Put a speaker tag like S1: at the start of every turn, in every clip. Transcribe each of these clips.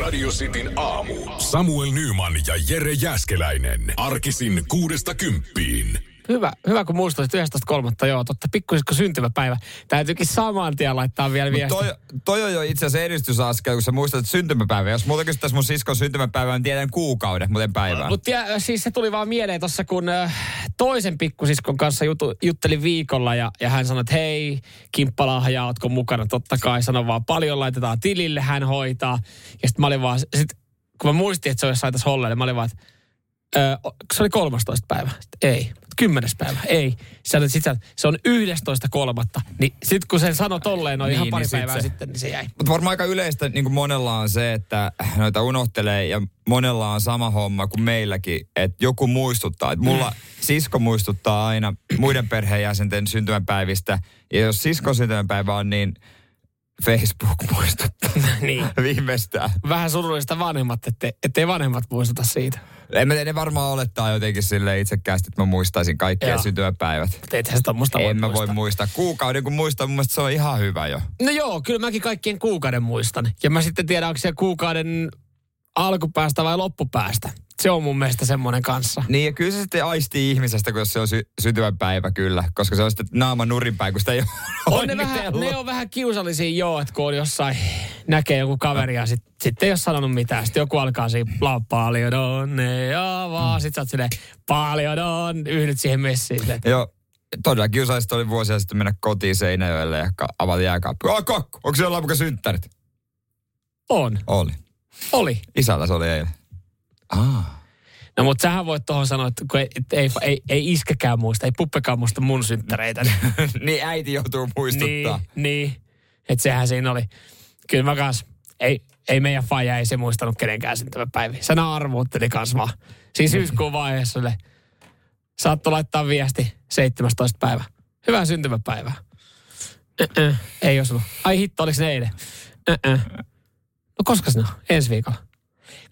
S1: Radio Cityn aamu. Samuel Nyman ja Jere Jäskeläinen. Arkisin kuudesta kymppiin.
S2: Hyvä, hyvä kun muistutit 19.3. Joo, totta. Pikkuisikko syntymäpäivä. Täytyykin saman tien laittaa vielä viesti.
S3: Toi, toi on jo itse asiassa edistysaskel, kun sä muistat syntymäpäivää. Jos muuta kysyttäisiin mun siskon syntymäpäivää, niin tiedän kuukauden, muuten päivää.
S2: Mutta siis se tuli vaan mieleen tuossa, kun äh, toisen pikkusiskon kanssa jutu, juttelin viikolla ja, ja hän sanoi, että hei, kimppalahjaa, ootko mukana? Totta kai, sano vaan paljon laitetaan tilille, hän hoitaa. Ja sitten mä olin vaan, sit, kun mä muistin, että se olisi saitas hollelle, mä olin vaan, että Öö, se oli 13. päivä? Sitten ei. Kymmenes päivä? Ei. Sä sit sä, se on 11.3. Niin sit kun sen sanoi tolleen noin niin, ihan pari niin päivää sit se. sitten, niin se jäi.
S3: Mutta varmaan aika yleistä niin kuin monella on se, että noita unohtelee ja monella on sama homma kuin meilläkin, että joku muistuttaa. Et mulla sisko muistuttaa aina muiden perheenjäsenten syntymäpäivistä ja jos siskon syntymäpäivä on, niin Facebook muistuttaa
S2: niin.
S3: viimeistään.
S2: Vähän surullista vanhemmat, ette, ettei vanhemmat muistuta siitä.
S3: En mä, ne varmaan olettaa jotenkin sille itsekkäästi, että mä muistaisin kaikkia
S2: Joo.
S3: syntymäpäivät.
S2: Mutta eihän sitä muista
S3: en mä voi muistaa. Kuukauden kun muistaa, mun mielestä se on ihan hyvä jo.
S2: No joo, kyllä mäkin kaikkien kuukauden muistan. Ja mä sitten tiedän, onko se kuukauden alkupäästä vai loppupäästä. Se on mun mielestä semmoinen kanssa.
S3: Niin ja kyllä se sitten aistii ihmisestä, kun jos se on sy- syntymäpäivä kyllä. Koska se on sitten naama nurinpäin, kun sitä ei ole
S2: On ne, vähän, ne on vähän kiusallisia joo, että kun on jossain, näkee joku kaveri ja sitten sit ei ole sanonut mitään. Sitten joku alkaa siinä laulaa paljon onnea
S3: Mm.
S2: vaan. Sitten sä oot silleen paljon on, yhdyt siihen messiin. silleen,
S3: Joo. Todella kiusallista oli vuosia sitten mennä kotiin Seinäjoelle ja ka- avata jääkaappi. Oh, kokku, onko siellä lapka synttärit?
S2: On.
S3: Oli.
S2: Oli.
S3: Isällä se oli eilen. Ah.
S2: No mutta sähän voit tuohon sanoa, että kun ei, et ei, ei, ei iskäkään muista, ei puppekaan muista mun synttäreitä.
S3: niin äiti joutuu muistuttaa.
S2: niin, niin. Että sehän siinä oli. Kyllä mä kans, ei, ei meidän faija, ei se muistanut kenenkään syntymäpäiviä. Sana arvuutteli kans vaan. Siis syyskuun vaiheessa sille, saattoi laittaa viesti 17. päivä. Hyvää syntymäpäivää. Ö-ö, Ei osunut. Ai hitto, oliko ne eilen? Ö-ö. No koska ne on? Ensi viikolla.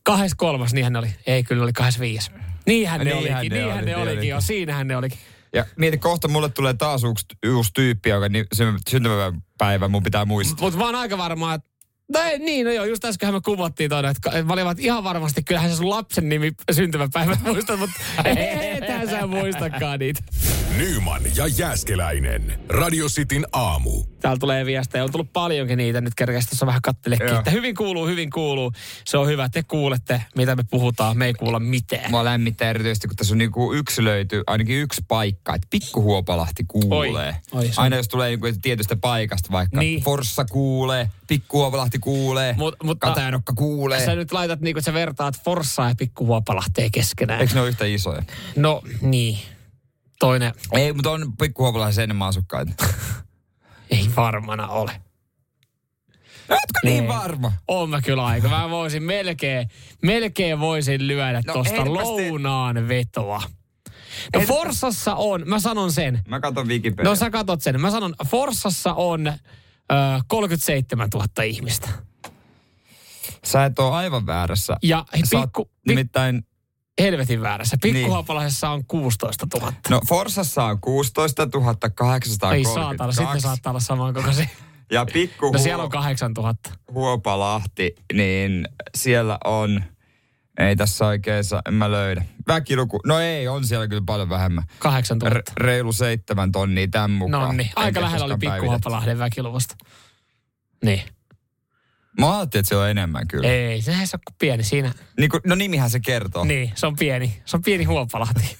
S2: Kahdes kolmas, niinhän ne oli. Ei, kyllä oli kahdes viis. Niinhän ne
S3: Niinhän
S2: olikin,
S3: ne
S2: niinhän
S3: oli,
S2: ne
S3: niin
S2: olikin
S3: olikin.
S2: jo. Siinähän ne olikin.
S3: Ja mieti, kohta mulle tulee taas uusi, uusi tyyppi, joka ni- sy- syntymäpäivä mun pitää muistaa.
S2: Mutta mä oon aika varma, että No ei, niin, no joo, just äskenhän me kumottiin tuonne, että ka- valivat ihan varmasti, kyllähän se sun lapsen nimi syntymäpäivä muistat, mutta eihän sä muistakaan niitä.
S1: Nyman ja Jäskeläinen. Radio Cityn aamu.
S2: Täällä tulee viestejä, on tullut paljonkin niitä, nyt kerkeästi tuossa vähän kattelekin,
S3: Joo.
S2: että hyvin kuuluu, hyvin kuuluu. Se on hyvä, te kuulette, mitä me puhutaan, me ei kuulla mitään.
S3: Mua lämmittää erityisesti, kun tässä on niinku yksilöity ainakin yksi paikka, että pikkuhuopalahti kuulee.
S2: Oi, oi, se on-
S3: Aina jos tulee niinku tietystä paikasta, vaikka
S2: Niin.
S3: niin. Forssa kuulee, pikkuhuopalahti kuulee,
S2: Mut-
S3: Mut,
S2: mutta-
S3: mutta, Katajanokka kuulee.
S2: Sä nyt laitat niin kuin sä vertaat Forssaa ja pikkuhuopalahteen keskenään.
S3: Eikö ne ole yhtä isoja?
S2: No niin, toinen
S3: Ei, mutta on pikkuhuopalahdessa enemmän asukkaita.
S2: ei varmana ole.
S3: Ootko niin varma?
S2: Oon mä kyllä aika. Mä voisin melkein, melkein voisin lyödä no,
S3: No,
S2: tosta
S3: enpäs te-
S2: lounaan vetoa. No Forsassa on, mä sanon sen.
S3: Mä katson Wikipedia.
S2: No sä katot sen. Mä sanon, Forsassa on ö, 37 000 ihmistä.
S3: Sä et ole aivan väärässä.
S2: Ja
S3: Sä oot Niin.
S2: pikku, pik,
S3: nimittäin...
S2: helvetin väärässä. Pikkuhaapalaisessa on 16 000.
S3: No Forsassa on 16
S2: Ei saatana, sitten
S3: 832.
S2: saattaa olla samankokoisia.
S3: Ja pikku
S2: No siellä on 8 000.
S3: Huopalahti, niin siellä on... Ei tässä oikein saa, en mä löydä. Väkiluku, no ei, on siellä kyllä paljon vähemmän.
S2: 8 000.
S3: Re, reilu seitsemän tonnia tämän mukaan.
S2: No niin, aika
S3: Enkä
S2: lähellä oli
S3: koskaan päivitetty.
S2: Pikkuhaapalahden väkiluvusta. Niin.
S3: Mä ajattelin, että se on enemmän kyllä.
S2: Ei, sehän se on kuin pieni siinä.
S3: Niin kuin, no nimihän se kertoo. Niin.
S2: Niin, se on pieni. Se on pieni huopalahti.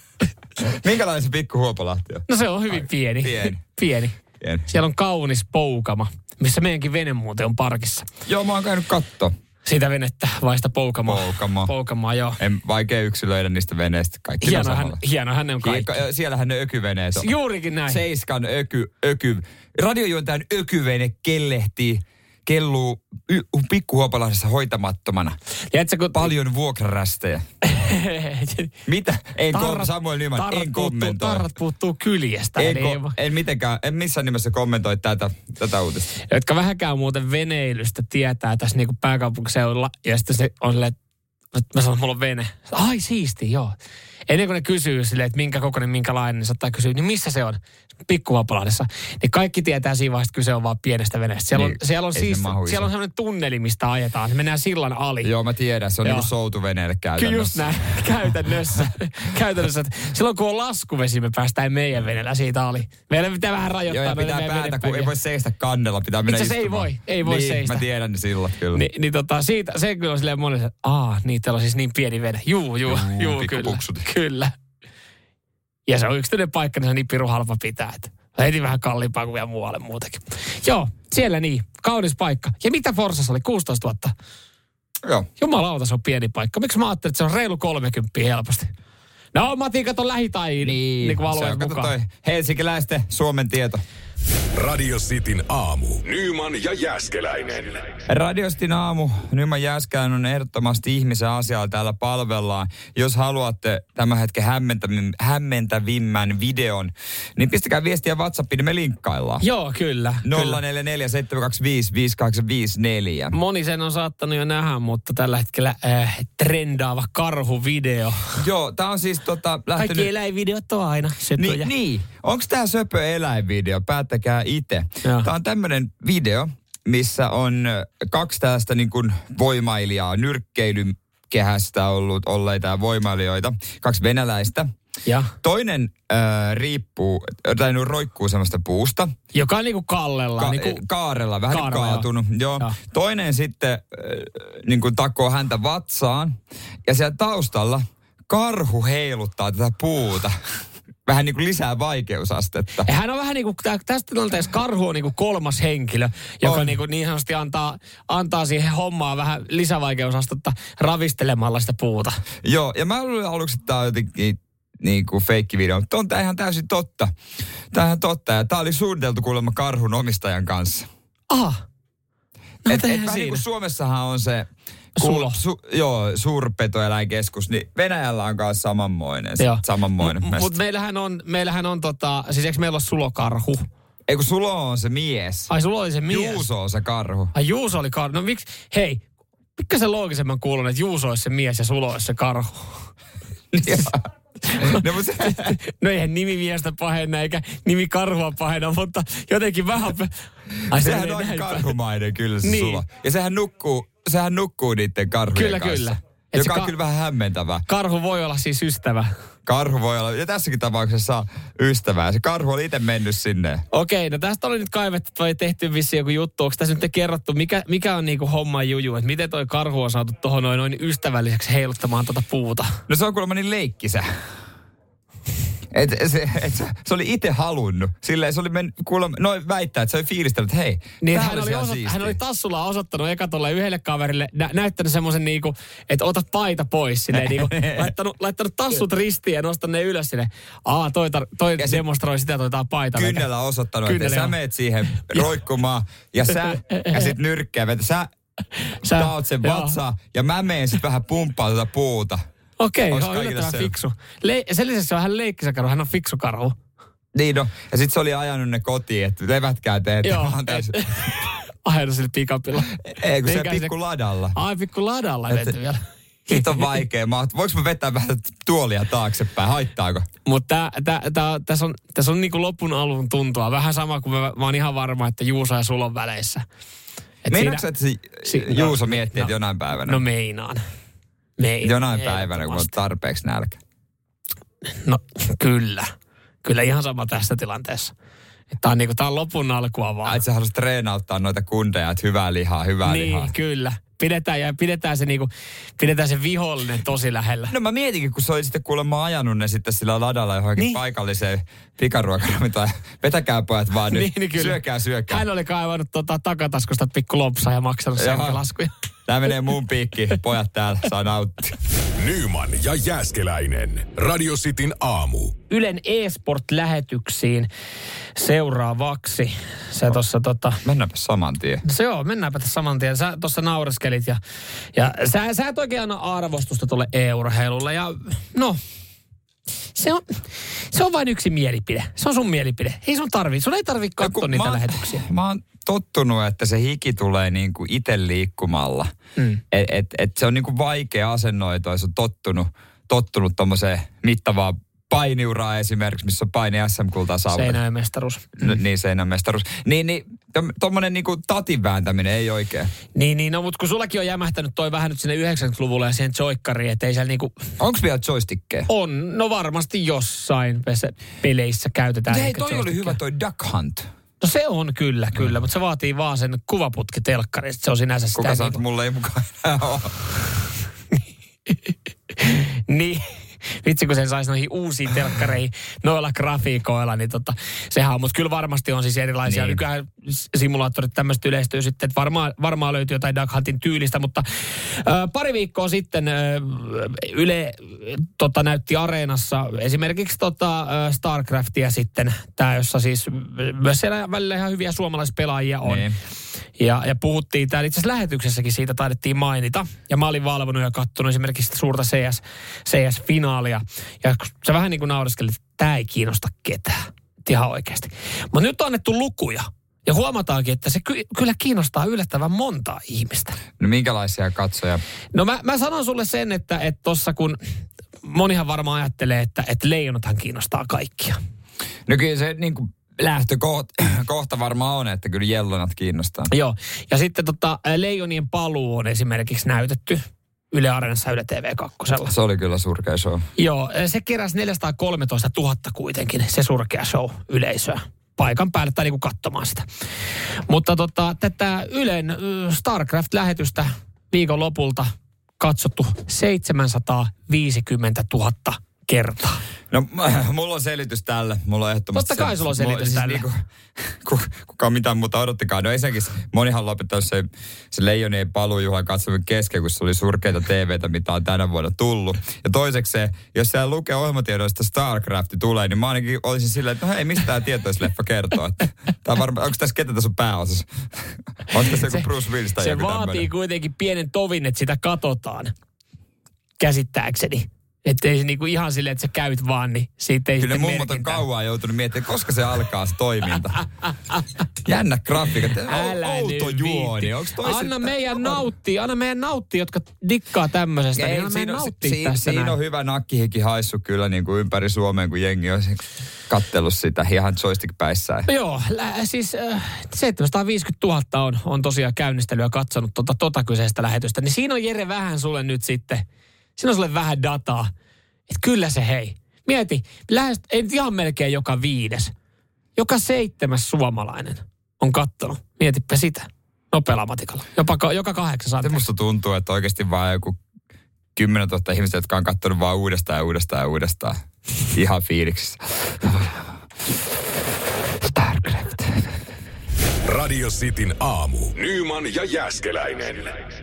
S3: Minkälainen se pikku huopalahti on?
S2: No se on hyvin pieni.
S3: pieni.
S2: pieni.
S3: Pieni.
S2: Siellä on kaunis poukama, missä meidänkin vene muuten on parkissa.
S3: Joo, mä oon käynyt katto.
S2: Sitä venettä vaista poukamaa.
S3: Poukamaa.
S2: Poukamaa, joo.
S3: En vaikea yksilöidä niistä veneistä. Kaikki ne on
S2: Hienohan,
S3: samalla.
S2: hienohan ne on kaikki.
S3: Kiekko- Siellähän ne ökyveneet on.
S2: Juurikin näin.
S3: Seiskan öky, öky, radiojuontajan ökyvene kellehtii, kelluu y- pikkuhuopalaisessa hoitamattomana.
S2: Tiedätkö, kun
S3: Paljon vuokrarästejä. Mitä? En kom- Samuel Nyman,
S2: tarrat
S3: en
S2: puuttuu-
S3: kommentoi.
S2: Tarrat puuttuu kyljestä.
S3: En,
S2: eli ei
S3: ko-
S2: voi-
S3: en mitenkään, en missään nimessä kommentoi tätä, tätä uutista.
S2: jotka vähänkään muuten veneilystä tietää tässä niinku pääkaupunkiseudulla. Ja sitten se on silleen, että mä sanon, että mulla on vene. Ai siisti, joo. Ennen kuin ne kysyy silleen, että minkä kokoinen, minkälainen, niin saattaa kysyä, niin missä se on? Pikkuvapalahdessa. Niin kaikki tietää siinä vaiheessa, että kyse on vaan pienestä veneestä. Siellä on,
S3: Niin,
S2: siellä on,
S3: ei se
S2: siis,
S3: mahu iso.
S2: siellä on sellainen tunneli, mistä ajetaan. Se mennään sillan ali.
S3: Joo, mä tiedän, se on
S2: Joo.
S3: niinku soutuveneelle
S2: Kyllä
S3: käytännössä.
S2: just näin, käytännössä. käytännössä. että Silloin kun on laskuvesi, me päästään meidän venellä siitä ali. Meillä pitää vähän rajoittaa.
S3: Joo, ja
S2: noita
S3: pitää
S2: meidän
S3: päätä, kun
S2: venepäkiä.
S3: ei voi seistä kannella, pitää mennä
S2: Itse asiassa ei
S3: istumaan.
S2: voi, ei voi
S3: niin,
S2: seistä.
S3: mä tiedän ne sillat kyllä.
S2: Ni, niin tota, siitä, se kyllä on silleen monelle, että aah, niin teillä on siis niin pieni vene. Juu, juu,
S3: Juu,
S2: juu,
S3: pikku
S2: kyllä.
S3: puksut.
S2: Kyllä. Ja se on yksityinen paikka, niin se on niin pirun halpa pitää. Että heti vähän kalliimpaa kuin vielä muualle muutenkin. Joo, siellä niin. Kaunis paikka. Ja mitä Forsassa oli? 16 000.
S3: Joo.
S2: Jumalauta, se on pieni paikka. Miksi mä ajattelin, että se on reilu 30 helposti? No, matiikat on lähitai niin, niin kuin
S3: se on,
S2: alueen
S3: kato
S2: mukaan.
S3: toi helsinkiläisten Suomen tieto.
S1: Radio Cityn aamu. Nyman ja Jäskeläinen.
S3: Radiostin aamu, Nyman Jääskään on ehdottomasti ihmisen asialla täällä palvellaan. Jos haluatte tämän hetken hämmentävim- hämmentävimmän videon, niin pistäkää viestiä WhatsAppiin, niin me linkkaillaan.
S2: Joo, kyllä. kyllä.
S3: 044 725 5854.
S2: Moni sen on saattanut jo nähdä, mutta tällä hetkellä äh, trendaava karhuvideo.
S3: Joo, tää on siis tota, lähtenyt...
S2: Kaikki eläinvideot on aina söpöjä.
S3: Niin, niin. onko tämä söpö eläinvideo? Päättäkää itse.
S2: Joo.
S3: Tämä on tämmöinen video, missä on ö, kaksi tällaista niin kuin voimailijaa, nyrkkeilyn kehästä ollut, olleita ja voimailijoita, kaksi venäläistä.
S2: Ja,
S3: Toinen äh, riippuu, tai no, roikkuu semmoista puusta,
S2: joka on niinku kallella.
S3: Ka-
S2: niinku,
S3: kaarella, vähän
S2: Kaarella,
S3: kaarella, kaatunut. Joo.
S2: Joo.
S3: Joo. Toinen sitten äh, niin kuin takoo häntä vatsaan ja siellä taustalla karhu heiluttaa tätä puuta. Vähän niin kuin lisää vaikeusastetta.
S2: Ja hän on vähän niin kuin, tässä tilanteessa karhu on niin kuin kolmas henkilö, joka
S3: On.
S2: niin, kuin niin sanotusti antaa, antaa siihen hommaa vähän lisävaikeusastetta ravistelemalla sitä puuta.
S3: Joo, ja mä luulin aluksi, että tämä on jotenkin niin kuin feikki video, mutta on tämä ihan täysin totta. Tämä on ihan totta ja tämä oli suunniteltu kuulemma karhun omistajan kanssa.
S2: Aha, no
S3: et,
S2: et,
S3: et vähän
S2: siinä.
S3: niin kuin Suomessahan on se
S2: Sulo.
S3: Su, joo, suurpetoeläinkeskus, niin Venäjällä on myös samanmoinen.
S2: Joo.
S3: Joo. Samanmoinen.
S2: M- Mutta meillähän on, meillähän on tota, siis eikö meillä ole sulokarhu?
S3: Ei kun Sulo on se mies.
S2: Ai sulla oli se mies.
S3: Juuso on se karhu.
S2: Ai Juuso oli karhu. No miksi, hei, pikkasen loogisemman kuulun, että Juuso olisi se mies ja Sulo olisi se karhu. Niin.
S3: no, mutta se,
S2: No eihän nimi miestä pahenna eikä nimi karhua pahenna, mutta jotenkin vähän... pe- Ai se
S3: sehän
S2: ei
S3: on
S2: näin päin.
S3: karhumainen kyllä se
S2: Niin.
S3: niin. Sulo. Ja sehän nukkuu, sehän nukkuu niiden karhujen
S2: Kyllä,
S3: kanssa.
S2: kyllä. Et se
S3: Joka
S2: ka-
S3: on kyllä vähän hämmentävää.
S2: Karhu voi olla siis ystävä.
S3: Karhu voi olla, ja tässäkin tapauksessa on ystävää. Se karhu oli itse mennyt sinne.
S2: Okei, no tästä oli nyt kaivettu tai tehty vissiin joku juttu. Onko tässä nyt kerrottu, mikä, mikä on niinku homma juju? Että miten toi karhu on saatu tuohon noin, noin ystävälliseksi heiluttamaan tota puuta?
S3: No se on kuulemma niin leikkisä. Et, se, et, se, se oli itse halunnut. Silleen se oli men, kuulemma, noin väittää, että se oli fiilistellyt, että hei,
S2: Niin,
S3: tää
S2: hän, oli
S3: ihan
S2: osa,
S3: siistiä.
S2: hän oli tassulla osoittanut eka tuolle yhdelle kaverille, nä, näyttänyt semmoisen niinku, että ota paita pois, silleen, niinku, laittanut, laittanut tassut ristiin ja nostanut ne ylös sinne. Aa, toi, tar, toi
S3: Ja se-
S2: demonstroi sitä, toi tää on paita.
S3: kynnellä osoittanut,
S2: Kynnellä,
S3: että
S2: joo.
S3: sä meet siihen roikkumaan ja sä, ja sit nyrkkää, että sä,
S2: eh, Sä-
S3: sä taot sen
S2: joo.
S3: vatsaa ja mä meen sit vähän pumppaa tätä puuta.
S2: Okei,
S3: Olis
S2: okay, on
S3: kaikille
S2: yllättävän
S3: selvä.
S2: fiksu. Le- sen lisäksi se on hän leikkisä karhu, hän on fiksu karhu.
S3: Niin no, ja sit se oli ajanut ne kotiin, että levätkää te, että
S2: Joo,
S3: mä oon tässä,
S2: et- Aina sillä pikapilla.
S3: ei kun se
S2: Eikä
S3: pikku ladalla.
S2: Ai, pikku ladalla
S3: Et-
S2: vety vielä.
S3: Nyt on vaikea. Mä, oon- voinko mä vetää vähän tuolia taaksepäin? Haittaako?
S2: Mutta tässä on, täs on niinku lopun alun tuntua. Vähän sama kuin mä, mä oon ihan varma, että Juusa ja Sulon väleissä. Et
S3: Meinaatko sä, että se
S2: si-
S3: Juuso
S2: no,
S3: miettii, että
S2: no,
S3: jonain päivänä?
S2: No meinaan. Meinaan.
S3: jonain päivänä, kun on
S2: ehdottomasti.
S3: tarpeeksi nälkä.
S2: No kyllä. Kyllä ihan sama tässä tilanteessa. Tämä on, niinku, tää on lopun alkua
S3: Ai,
S2: vaan.
S3: että sä haluaisit treenauttaa noita kundeja, että hyvää lihaa, hyvää
S2: niin,
S3: lihaa.
S2: kyllä. Pidetään, ja pidetään, se niinku, pidetään se vihollinen tosi lähellä.
S3: No mä mietinkin, kun se oli sitten kuulemma ajanut ne sitten sillä ladalla johonkin
S2: Niin.
S3: niin. paikalliseen pikaruokaramitaan. Vetäkää pojat vaan No, nyt.
S2: Niin, niin kyllä.
S3: syökää, syökää.
S2: Hän oli kaivannut tota, takataskusta pikku lopsa ja maksanut sen
S3: Jaha.
S2: laskuja.
S3: Tää menee mun piikki. Pojat täällä saa nauttia.
S1: Nyman ja Jääskeläinen. Radio Cityn aamu.
S2: Ylen e-sport-lähetyksiin seuraavaksi. Se tuossa tota...
S3: Mennäänpä saman tien.
S2: Se joo, mennäänpä tässä saman tien. Sä tuossa naureskelit ja, ja sä, sä et oikein anna arvostusta tuolle e-urheilulle. Ja no, se on, se on vain yksi mielipide. Se on sun mielipide. Ei sun tarvi. Sun ei tarvi
S3: No, kun
S2: katsoa niitä
S3: mä, oon-
S2: lähetyksiä.
S3: Mä oon tottunut, että se hiki tulee niin kuin itse liikkumalla.
S2: Mm.
S3: Mm. Et, et, et se on niin kuin vaikea asennoitua, jos on tottunut, tottunut tommoseen mittavaan painiuraa esimerkiksi, missä on paini SM-kultaa saavutettu.
S2: Seinäjoen mestaruus.
S3: Mm. Niin, seinän mestaruus. Niin, niin tuommoinen niinku tatin vääntäminen ei oikein.
S2: Niin, niin, no mutta kun sullakin on jämähtänyt toi vähän nyt sinne 90-luvulle ja siihen joikkariin, että ei siellä niinku...
S3: Onko vielä joystickkejä?
S2: On, no varmasti jossain pese- peleissä käytetään.
S3: Hei,
S2: ehkä
S3: toi oli
S2: joystickia.
S3: hyvä toi Duck Hunt.
S2: No se on kyllä, kyllä, mutta se vaatii vaan sen kuvaputkitelkkarin, että se on sinänsä sitä.
S3: Kuka sanoi, että
S2: niinku-
S3: mulla ei mukaan enää ole.
S2: Niin. Vitsi, kun sen saisi noihin uusiin telkkareihin noilla grafiikoilla, niin tota, sehän on. Mutta kyllä varmasti on siis erilaisia. Niin.
S3: Niin.
S2: Nykyään s- simulaattorit tämmöistä yleistyy sitten, että varmaan, varmaan löytyy jotain Duck Huntin tyylistä. Mutta ö, pari viikkoa sitten ö, Yle ö, tota, näytti areenassa esimerkiksi tota, ö, StarCraftia sitten, tää, jossa siis ö, myös siellä välillä ihan hyviä suomalaispelaajia on. Niin.
S3: Niin.
S2: Ja, ja puhuttiin täällä itse asiassa lähetyksessäkin siitä taidettiin mainita. Ja mä olin valvonut ja katsonut esimerkiksi sitä suurta CS, CS-finaalia. Ja kun sä vähän niin kuin naureskelit, että tämä ei kiinnosta ketään. Et Ihan oikeasti. Mutta nyt on annettu lukuja. Ja huomataankin, että se ky- kyllä kiinnostaa yllättävän montaa ihmistä.
S3: No minkälaisia katsoja?
S2: No mä, mä sanon sulle sen, että että tossa kun monihan varmaan ajattelee, että, että leijonathan kiinnostaa kaikkia.
S3: No kyllä se niin kuin lähtökohta varmaan on, että kyllä jellonat kiinnostaa.
S2: Joo. Ja sitten tota, leijonien paluu on esimerkiksi näytetty Yle Areenassa Yle TV2.
S3: Se oli kyllä surkea show.
S2: Joo, eh, se keräsi 413 000 kuitenkin, se surkea show yleisöä paikan päälle tai niinku katsomaan sitä. Mutta tota, tätä Ylen ö, StarCraft-lähetystä viikon lopulta katsottu 750 000 kertaa.
S3: No m- mulla on selitys tälle. Mulla on ehdottomasti
S2: Totta kai sulla on selitys
S3: Mulla-
S2: tälle.
S3: niinku, ku, kukaan mitään muuta odottikaan. No ensinnäkin se- monihan lopettaa se, se leijoni ei paluu Juhan katsominen kesken, kun se oli surkeita TVtä, mitä on tänä vuonna tullut. Ja toiseksi se, jos siellä lukee ohjelmatiedoista Starcraft tulee, niin mä ainakin olisin silleen, että no hei, mistä tämä tietoisleffa kertoo? Että, tää on varma, onko tässä ketä tässä on pääosassa? Onko tässä joku Bruce Willis tai
S2: se
S3: joku
S2: vaatii
S3: tämmönen?
S2: kuitenkin pienen tovin, että sitä katsotaan, käsittääkseni. Että ei se niinku ihan silleen, että sä käyt vaan, niin siitä ei
S3: Kyllä ne
S2: sitten
S3: mummot on
S2: merkintää.
S3: kauan joutunut miettimään, että koska se alkaa se toiminta. Jännä grafiikat.
S2: Älä
S3: Outo
S2: nyt
S3: juoni.
S2: viitti.
S3: Onks toi
S2: Anna
S3: sitten-
S2: meidän nauttia, anna meidän nauttia, jotka dikkaa tämmöisestä. Ei, niin anna meidän
S3: siinä, on-
S2: nauttia
S3: siinä,
S2: tästä
S3: siinä on
S2: näin.
S3: hyvä nakkihiki haissu kyllä niin kuin ympäri Suomeen, kun jengi on kattellut sitä ihan joystick päissään.
S2: Joo, lä- siis äh, 750 000 on, on tosiaan käynnistelyä katsonut tota, tota kyseistä lähetystä. Niin siinä on Jere vähän sulle nyt sitten, siinä on sulle vähän dataa. Että kyllä se hei. Mieti, lähes, ei nyt ihan melkein joka viides, joka seitsemäs suomalainen on kattonut. Mietipä sitä. Nopealla matikalla. Jopa ka- joka kahdeksan saa.
S3: Se musta tuntuu, että oikeasti vaan joku 10 000 ihmistä, jotka on kattonut vaan uudestaan ja uudestaan ja uudestaan. Ihan fiiliksissä. Starcraft.
S1: Radio Cityn aamu. Nyman ja Jääskeläinen.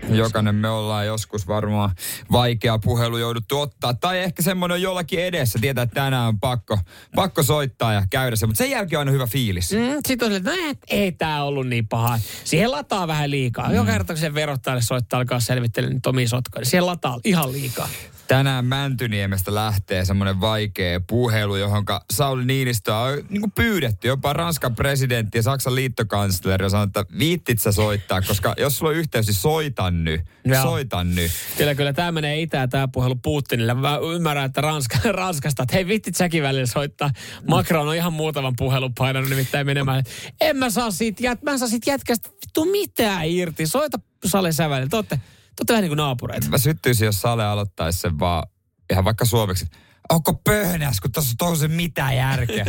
S3: Jokainen me ollaan joskus varmaan vaikea puhelu jouduttu ottaa. Tai ehkä semmoinen on jollakin edessä. Tietää, että tänään on pakko, pakko soittaa ja käydä se. Mutta sen jälkeen on aina hyvä fiilis. Mm.
S2: Mm, sitten on silleen, että no, et, ei tämä ollut niin paha. Siihen lataa vähän liikaa. Mm. Joka kerta, kun sen verottajalle soittaa, alkaa selvittelyä, niin Tomi sotkoon. Niin siihen lataa ihan liikaa.
S3: Tänään Mäntyniemestä lähtee semmoinen vaikea puhelu, johon Sauli Niinistö on niin pyydetty. Jopa Ranskan presidentti ja Saksan liittokansleri on sanonut, että viittit sä soittaa, koska jos sulla on yhteys, niin soitan nyt.
S2: Joo.
S3: Soitan nyt.
S2: Kyllä, kyllä tämä menee itään tämä puhelu Putinille. Mä ymmärrän, että Ranska, Ranskasta, että hei vittit säkin välillä soittaa. Macron on ihan muutaman puhelun painanut nimittäin menemään. että En mä saa siitä, jät, mä en saa siitä jätkästä vittu mitään irti. Soita Sale Sävälle. Te ootte, te ootte vähän niin kuin naapureita.
S3: Mä syttyisin, jos Sale aloittaisi sen vaan ihan vaikka suomeksi. Onko pöhnäs, kun tässä on tosi mitään järkeä?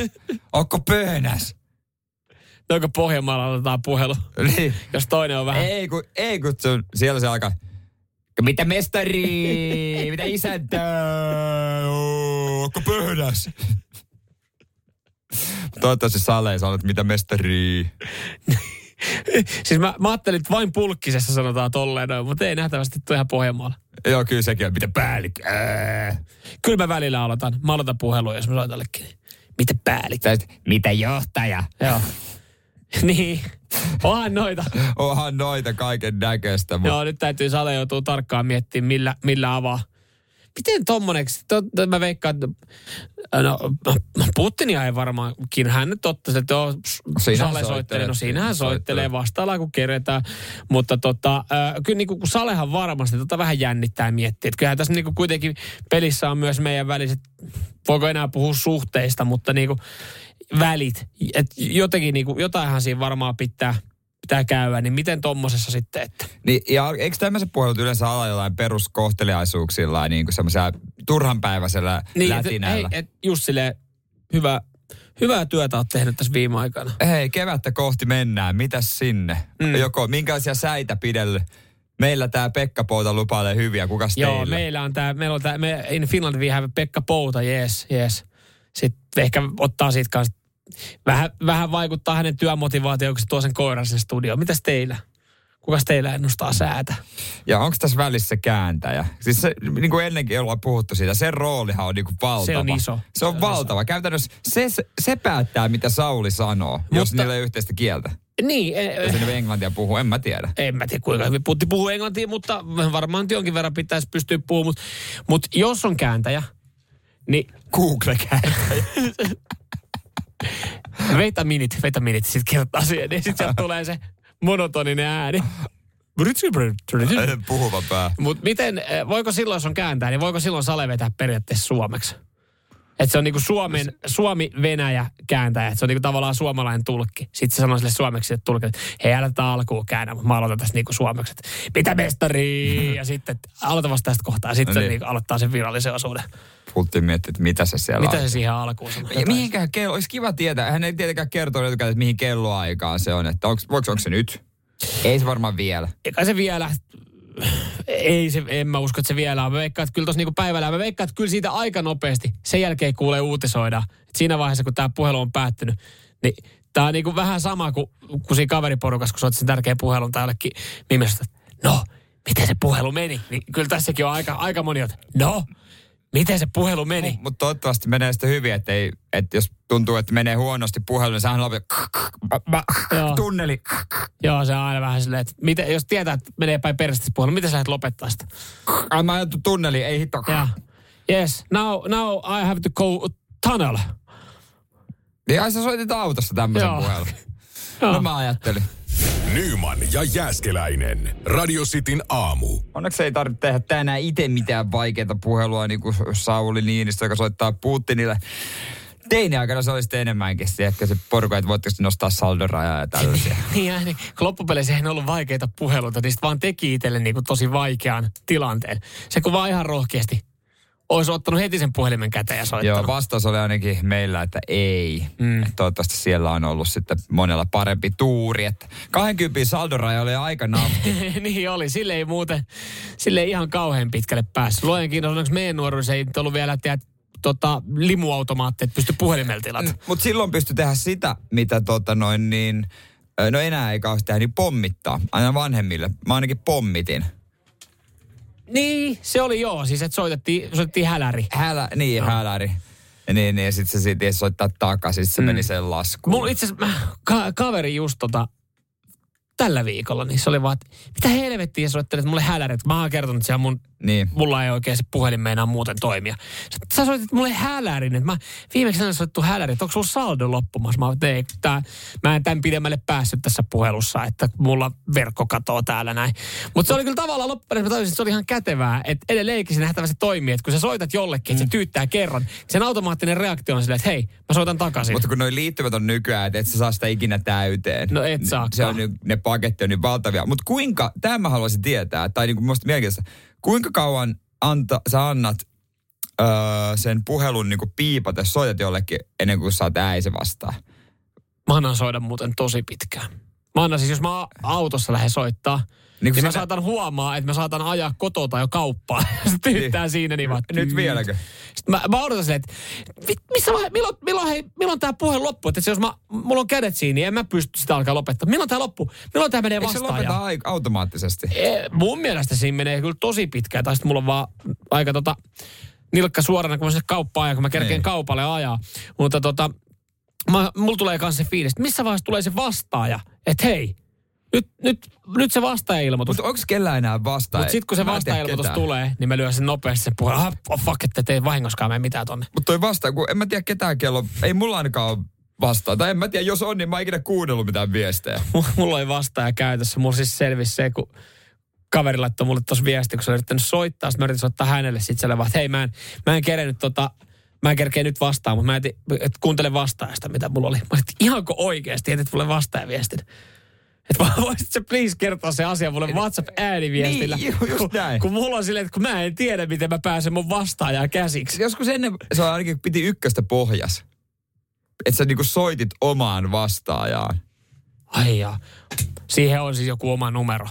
S3: Onko pöhnäs?
S2: Onko Pohjanmaalla aloitetaan puhelu,
S3: Niin.
S2: jos toinen on vähän...
S3: Ei kun, ei kun se, on- siellä se alkaa. Mitä mestari? Mitä isäntä? Onko pöhnäs? Toivottavasti Sale ei sanonut, mitä mestari.
S2: Siis mä, mä ajattelin, että vain pulkkisessa sanotaan tolleen noin, mutta ei nähtävästi tule ihan Pohjanmaalla.
S3: Joo, kyllä sekin on. Mitä päällikkö? Ää.
S2: Kyllä mä välillä aloitan. Mä aloitan puhelua, jos mä soitan jollekin. Mitä päällit?
S3: Tai sit, mitä johtaja?
S2: Joo. niin. Onhan noita.
S3: Onhan noita kaiken näköistä. Mutta...
S2: Joo, nyt täytyy Sale joutuu tarkkaan miettimään, millä, millä avaa. Miten tommoneksi? To, mä veikkaan, että no, Putinia ei varmaankin. Hän nyt otti sen, että joo,
S3: Siinähän
S2: Sale soittelee.
S3: soittelee.
S2: No siinähän
S3: Siinähän
S2: soittelee,
S3: soittelee.
S2: vastaillaan kun keretään. Mutta tota, äh, kyllä niin kuin, kun Salehan varmasti tota vähän jännittää ja miettii. Että kyllähän tässä niin kuin kuitenkin pelissä on myös meidän väliset, voiko enää puhua suhteista, mutta niin kuin välit. Et jotenkin niin kuin, jotainhan siinä varmaan pitää, pitää käydä, niin miten tommosessa sitten, että...
S3: Niin, ja eikö tämmöiset puhelut yleensä ala jollain peruskohteliaisuuksilla, niin kuin semmoisella turhanpäiväisellä niin,
S2: et-
S3: lätinällä?
S2: Hei, et just silleen, hyvä, hyvää työtä oot tehnyt tässä viime aikana.
S3: hei, kevättä kohti mennään, mitäs sinne? Mm. Joko, minkälaisia säitä pidellyt? Meillä tämä Pekka Pouta lupailee hyviä, kukas
S2: Joo,
S3: teillä?
S2: meillä on tää, meillä on tää, me, in Finland we have Pekka Pouta, yes, yes. Sitten ehkä ottaa siitä kanssa, vähän, vähän vaikuttaa hänen työmotivaatioon, kun se tuo sen koiran sinne studioon. Mitäs teillä? Kukas teillä ennustaa säätä?
S3: Ja onko tässä välissä se kääntäjä? Siis se, niin kuin ennenkin ollaan puhuttu siitä, sen roolihan on niin kuin valtava.
S2: Se on iso.
S3: Se on
S2: Se on
S3: valtava. Käytännössä se, se, se päättää, mitä Sauli sanoo, Mutta... jos
S2: Mutta-
S3: niillä ei ole yhteistä kieltä.
S2: Niin, e-
S3: Jos ne englantia puhuu, en mä tiedä.
S2: en mä tiedä kuinka hyvin Putti puhuu englantia, mutta varmaan nyt jonkin verran pitäisi pystyä puhumaan. Mutta mut jos on kääntäjä, niin
S3: Google kääntäjä.
S2: Veitä minit, veitä minit, sit kertaa siihen, niin sit sieltä tulee se monotoninen ääni.
S3: Puhuva pää.
S2: Mutta miten, eh, voiko silloin, jos on kääntää, niin voiko silloin sale vetää periaatteessa suomeksi? Että se on niinku
S3: No
S2: Suomen, Suomi-Venäjä kääntäjä, että se on niinku tavallaan suomalainen tulkki. Sitten se sanoo sille suomeksi että tulkille, että hei älä tätä alkuun käännä, mutta mä aloitan tästä niinku suomeksi. Että, Mitä mestari? Ja sitten että aloita vasta tästä kohtaa, ja sitten
S3: No
S2: se
S3: niin.
S2: niinku aloittaa sen virallisen osuuden.
S3: Puhuttiin miettiä, että mitä se siellä
S2: Mitä
S3: on.
S2: se siihen alkuun sanoo?
S3: Ja mihinkähän kello, olisi kiva tietää. Hän ei tietenkään kertoa etukäteen, että mihin kelloaikaan se on. Että onko, voiko, onko se nyt? Ei se varmaan vielä.
S2: eikä se vielä, ei se, en mä usko, että se vielä on. Mä veikkaan, että kyllä tuossa niinku päivällä, mä veikkaan, että kyllä siitä aika nopeasti, sen jälkeen kuulee uutisoida. Et siinä vaiheessa, kun tämä puhelu on päättynyt, niin tämä on niinku vähän sama kuin, kuin siinä kaveriporukassa, kun sä oot sen tärkeän puhelun tai jollekin mimestä, no, miten se puhelu meni? Niin kyllä tässäkin on aika, aika moni, että no, miten se puhelu meni?
S3: Mutta toivottavasti menee sitten hyvin, että et jos tuntuu, että menee huonosti puhelu, niin sähän lopettaa.
S2: Joo.
S3: Tunneli.
S2: Joo, se on aina vähän silleen, että miten, jos tietää, että menee päin perästä puhelu, miten sä lähdet lopettaa sitä?
S3: Ai mä ajattu tunneli, ei hitto.
S2: Yeah. Yes, now, now I have to go tunnel.
S3: Niin ai sä soitit autossa tämmöisen
S2: Joo.
S3: puhelun.
S2: Joo.
S3: No mä ajattelin.
S1: Nyman ja Jääskeläinen. Radio Cityn aamu.
S3: Onneksi ei tarvitse tehdä tänään itse mitään vaikeaa puhelua, niin kuin Sauli Niinistö, joka soittaa Putinille. Teini aikana se olisi enemmänkin se, ehkä se porukka, että voitteko te nostaa saldorajaa ja tällaisia.
S2: Niin, äh, niin kun loppupeleissä ei ne ollut vaikeita puheluita, niistä vaan teki itselle niin kuin tosi vaikean tilanteen. Se kun vaan ihan rohkeasti olisi ottanut heti sen puhelimen käteen ja soittanut.
S3: Joo, vastaus oli ainakin meillä, että ei. Mm. Toivottavasti siellä on ollut sitten monella parempi tuuri. Että 20 saldoraja oli aika nafti.
S2: niin oli, sille ei muuten, sille ei ihan kauhean pitkälle päässyt. Luojen kiitos, onneksi meidän nuoruus ei nyt ollut vielä tiedä, tota, limuautomaatti, että pysty puhelimella tilata.
S3: Mutta silloin pystyi tehdä sitä, mitä tota noin niin, ö, no enää ei kauheasti tehdä, niin pommittaa. Aina vanhemmille. Mä ainakin pommitin.
S2: Niin, se oli joo, siis että soitettiin, soitettiin häläri.
S3: Hälä, niin, no. häläri. Niin, niin, ja sitten se siitä tiesi soittaa takaisin, sit se mm. meni sen laskuun.
S2: Mulla itse asiassa mä- ka- kaveri just tota, tällä viikolla, niin se oli vaan, että mitä helvettiä sä soittelet mulle hälärit. Mä oon kertonut siellä mun
S3: Niin.
S2: mulla ei oikein se puhelin meinaa muuten toimia. Sä- Sä soitit mulle hälärin, että mä viimeksi aina soittu hälärin, että onko sulla saldo loppumassa? Mä, oon, että ei, kun tää, mä en tämän pidemmälle päässyt tässä puhelussa, että mulla verkko katoo täällä näin. Mutta se oli kyllä tavallaan loppujen, mä tajusin, että se oli ihan kätevää, että edelleenkin se nähtävästi toimii, että kun sä soitat jollekin, että se tyyttää kerran, sen automaattinen reaktio on silleen, että hei, mä soitan takaisin.
S3: Mutta kun noi liittyvät on nykyään, että et sä saa sitä ikinä täyteen.
S2: No et
S3: Ni-
S2: saakaan.
S3: Se on, nyt- ne paketti on niin valtavia. Mutta kuinka, tämä mä haluaisin tietää, tai niinku musta mielenkiintoista, kuinka kauan anta, sä annat öö, sen puhelun niinku piipata, jos soitat jollekin ennen kuin saat äi se vastaa.
S2: Mä annan soida muuten tosi pitkään. Mä annan siis, jos mä a- autossa lähden soittaa, niin,
S3: kun
S2: niin mä
S3: sinä-
S2: saatan huomaa, että mä saatan ajaa kotoa tai jo kauppaan. Sitten yhtään siinä, niin mä...
S3: Nyt vieläkö?
S2: Sitten mä, mä odotan silleen, että vi- missä vaihe, milloin, milloin, hei, milloin tää puhe loppuu? Että se, jos mä, mulla on kädet siinä, niin en mä pysty sitä alkaa lopettaa. Milloin tää loppuu? Milloin tää menee
S3: Eikö se
S2: vastaan?
S3: lopeta ai- automaattisesti?
S2: Ee, Eh, mun mielestä siinä menee kyllä tosi pitkään. Tai sitten mulla on vaan aika tota, nilkka suorana, kun mä sinne kauppaan ja kun mä kerkeen
S3: Niin.
S2: kaupalle ajaa. Mutta tota, mä, mulla tulee myös se fiilis, että missä vaiheessa tulee se vastaaja, että hei, nyt, nyt, nyt se vastaaja-ilmoitus.
S3: Mutta onko kellään enää vastaaja?
S2: Mutta sitten kun se
S3: Mä en tiedä
S2: vastaaja-ilmoitus
S3: ketään.
S2: tulee, niin mä lyön sen nopeasti sen puhelun. Ah, oh, fuck, että ei vahingoskaan mene mitään tonne.
S3: Mutta toi vastaa, kun en mä tiedä ketään kello, ei mulla ainakaan ole vastaa. Tai en mä tiedä, jos on, niin mä oon ikinä kuunnellut mitään viestejä.
S2: Mulla- mulla oli vastaaja käytössä. Mulla siis selvisi se, kun kaveri laittoi mulle tuossa viesti, kun se oli yrittänyt soittaa. Sitten mä yritin soittaa hänelle sit siellä vaan, että hei mä en, mä en kerennyt tota, mä en kerkeä nyt vastaan, mutta mä etin, et kuuntele vastaajasta, mitä mulla oli. Mä olin, että ihanko oikeasti, jätit mulle vastaajaviestin. Että vaan voisit sä please kertoa se asia mulle WhatsApp-ääniviestillä.
S3: Niin, ju- just
S2: kun,
S3: näin.
S2: kun mulla on silleen, että kun mä en tiedä, miten mä pääsen mun vastaajaan käsiksi.
S3: Joskus ennen se on ainakin piti ykköstä pohjas. Että sä niinku soitit omaan vastaajaan.
S2: Ai jaa. Siihen on siis joku oma numero.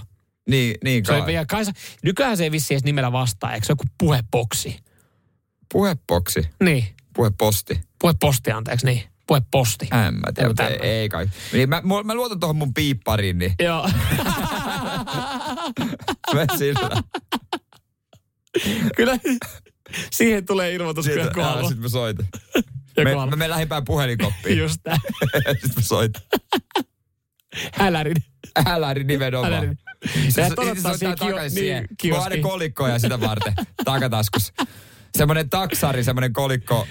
S3: Niin, niin
S2: Se
S3: kai.
S2: on, ja kai, se- nykyään se ei vissi edes nimellä vastaa, eikö se ole joku puheboksi?
S3: Puheboksi,
S2: Niin.
S3: puheposti.
S2: Puheposti, anteeksi, niin. Puheposti.
S3: En mä tiedä,
S2: Joku
S3: mutta ei,
S2: tämmönen.
S3: ei kai. Niin mä, mä, mä luotan tuohon mun piippariin, niin
S2: Joo.
S3: mä sillä.
S2: Kyllä siihen tulee ilmoitus, kun joku haluaa.
S3: sitten mä soitan.
S2: Joku
S3: Me,
S2: haluaa.
S3: mä menen lähimpään puhelinkoppiin.
S2: Just näin.
S3: sitten mä soitan.
S2: Hälärin.
S3: Äläri nimenomaan.
S2: Hälärin.
S3: Se,
S2: Ja
S3: se,
S2: todottaa
S3: se, se
S2: siihen
S3: on
S2: kio-
S3: takaisin
S2: niin,
S3: siihen. Mulla on
S2: kioskiin.
S3: aina kolikkoja sitä varten takataskussa. Semmoinen taksari, semmoinen kolikko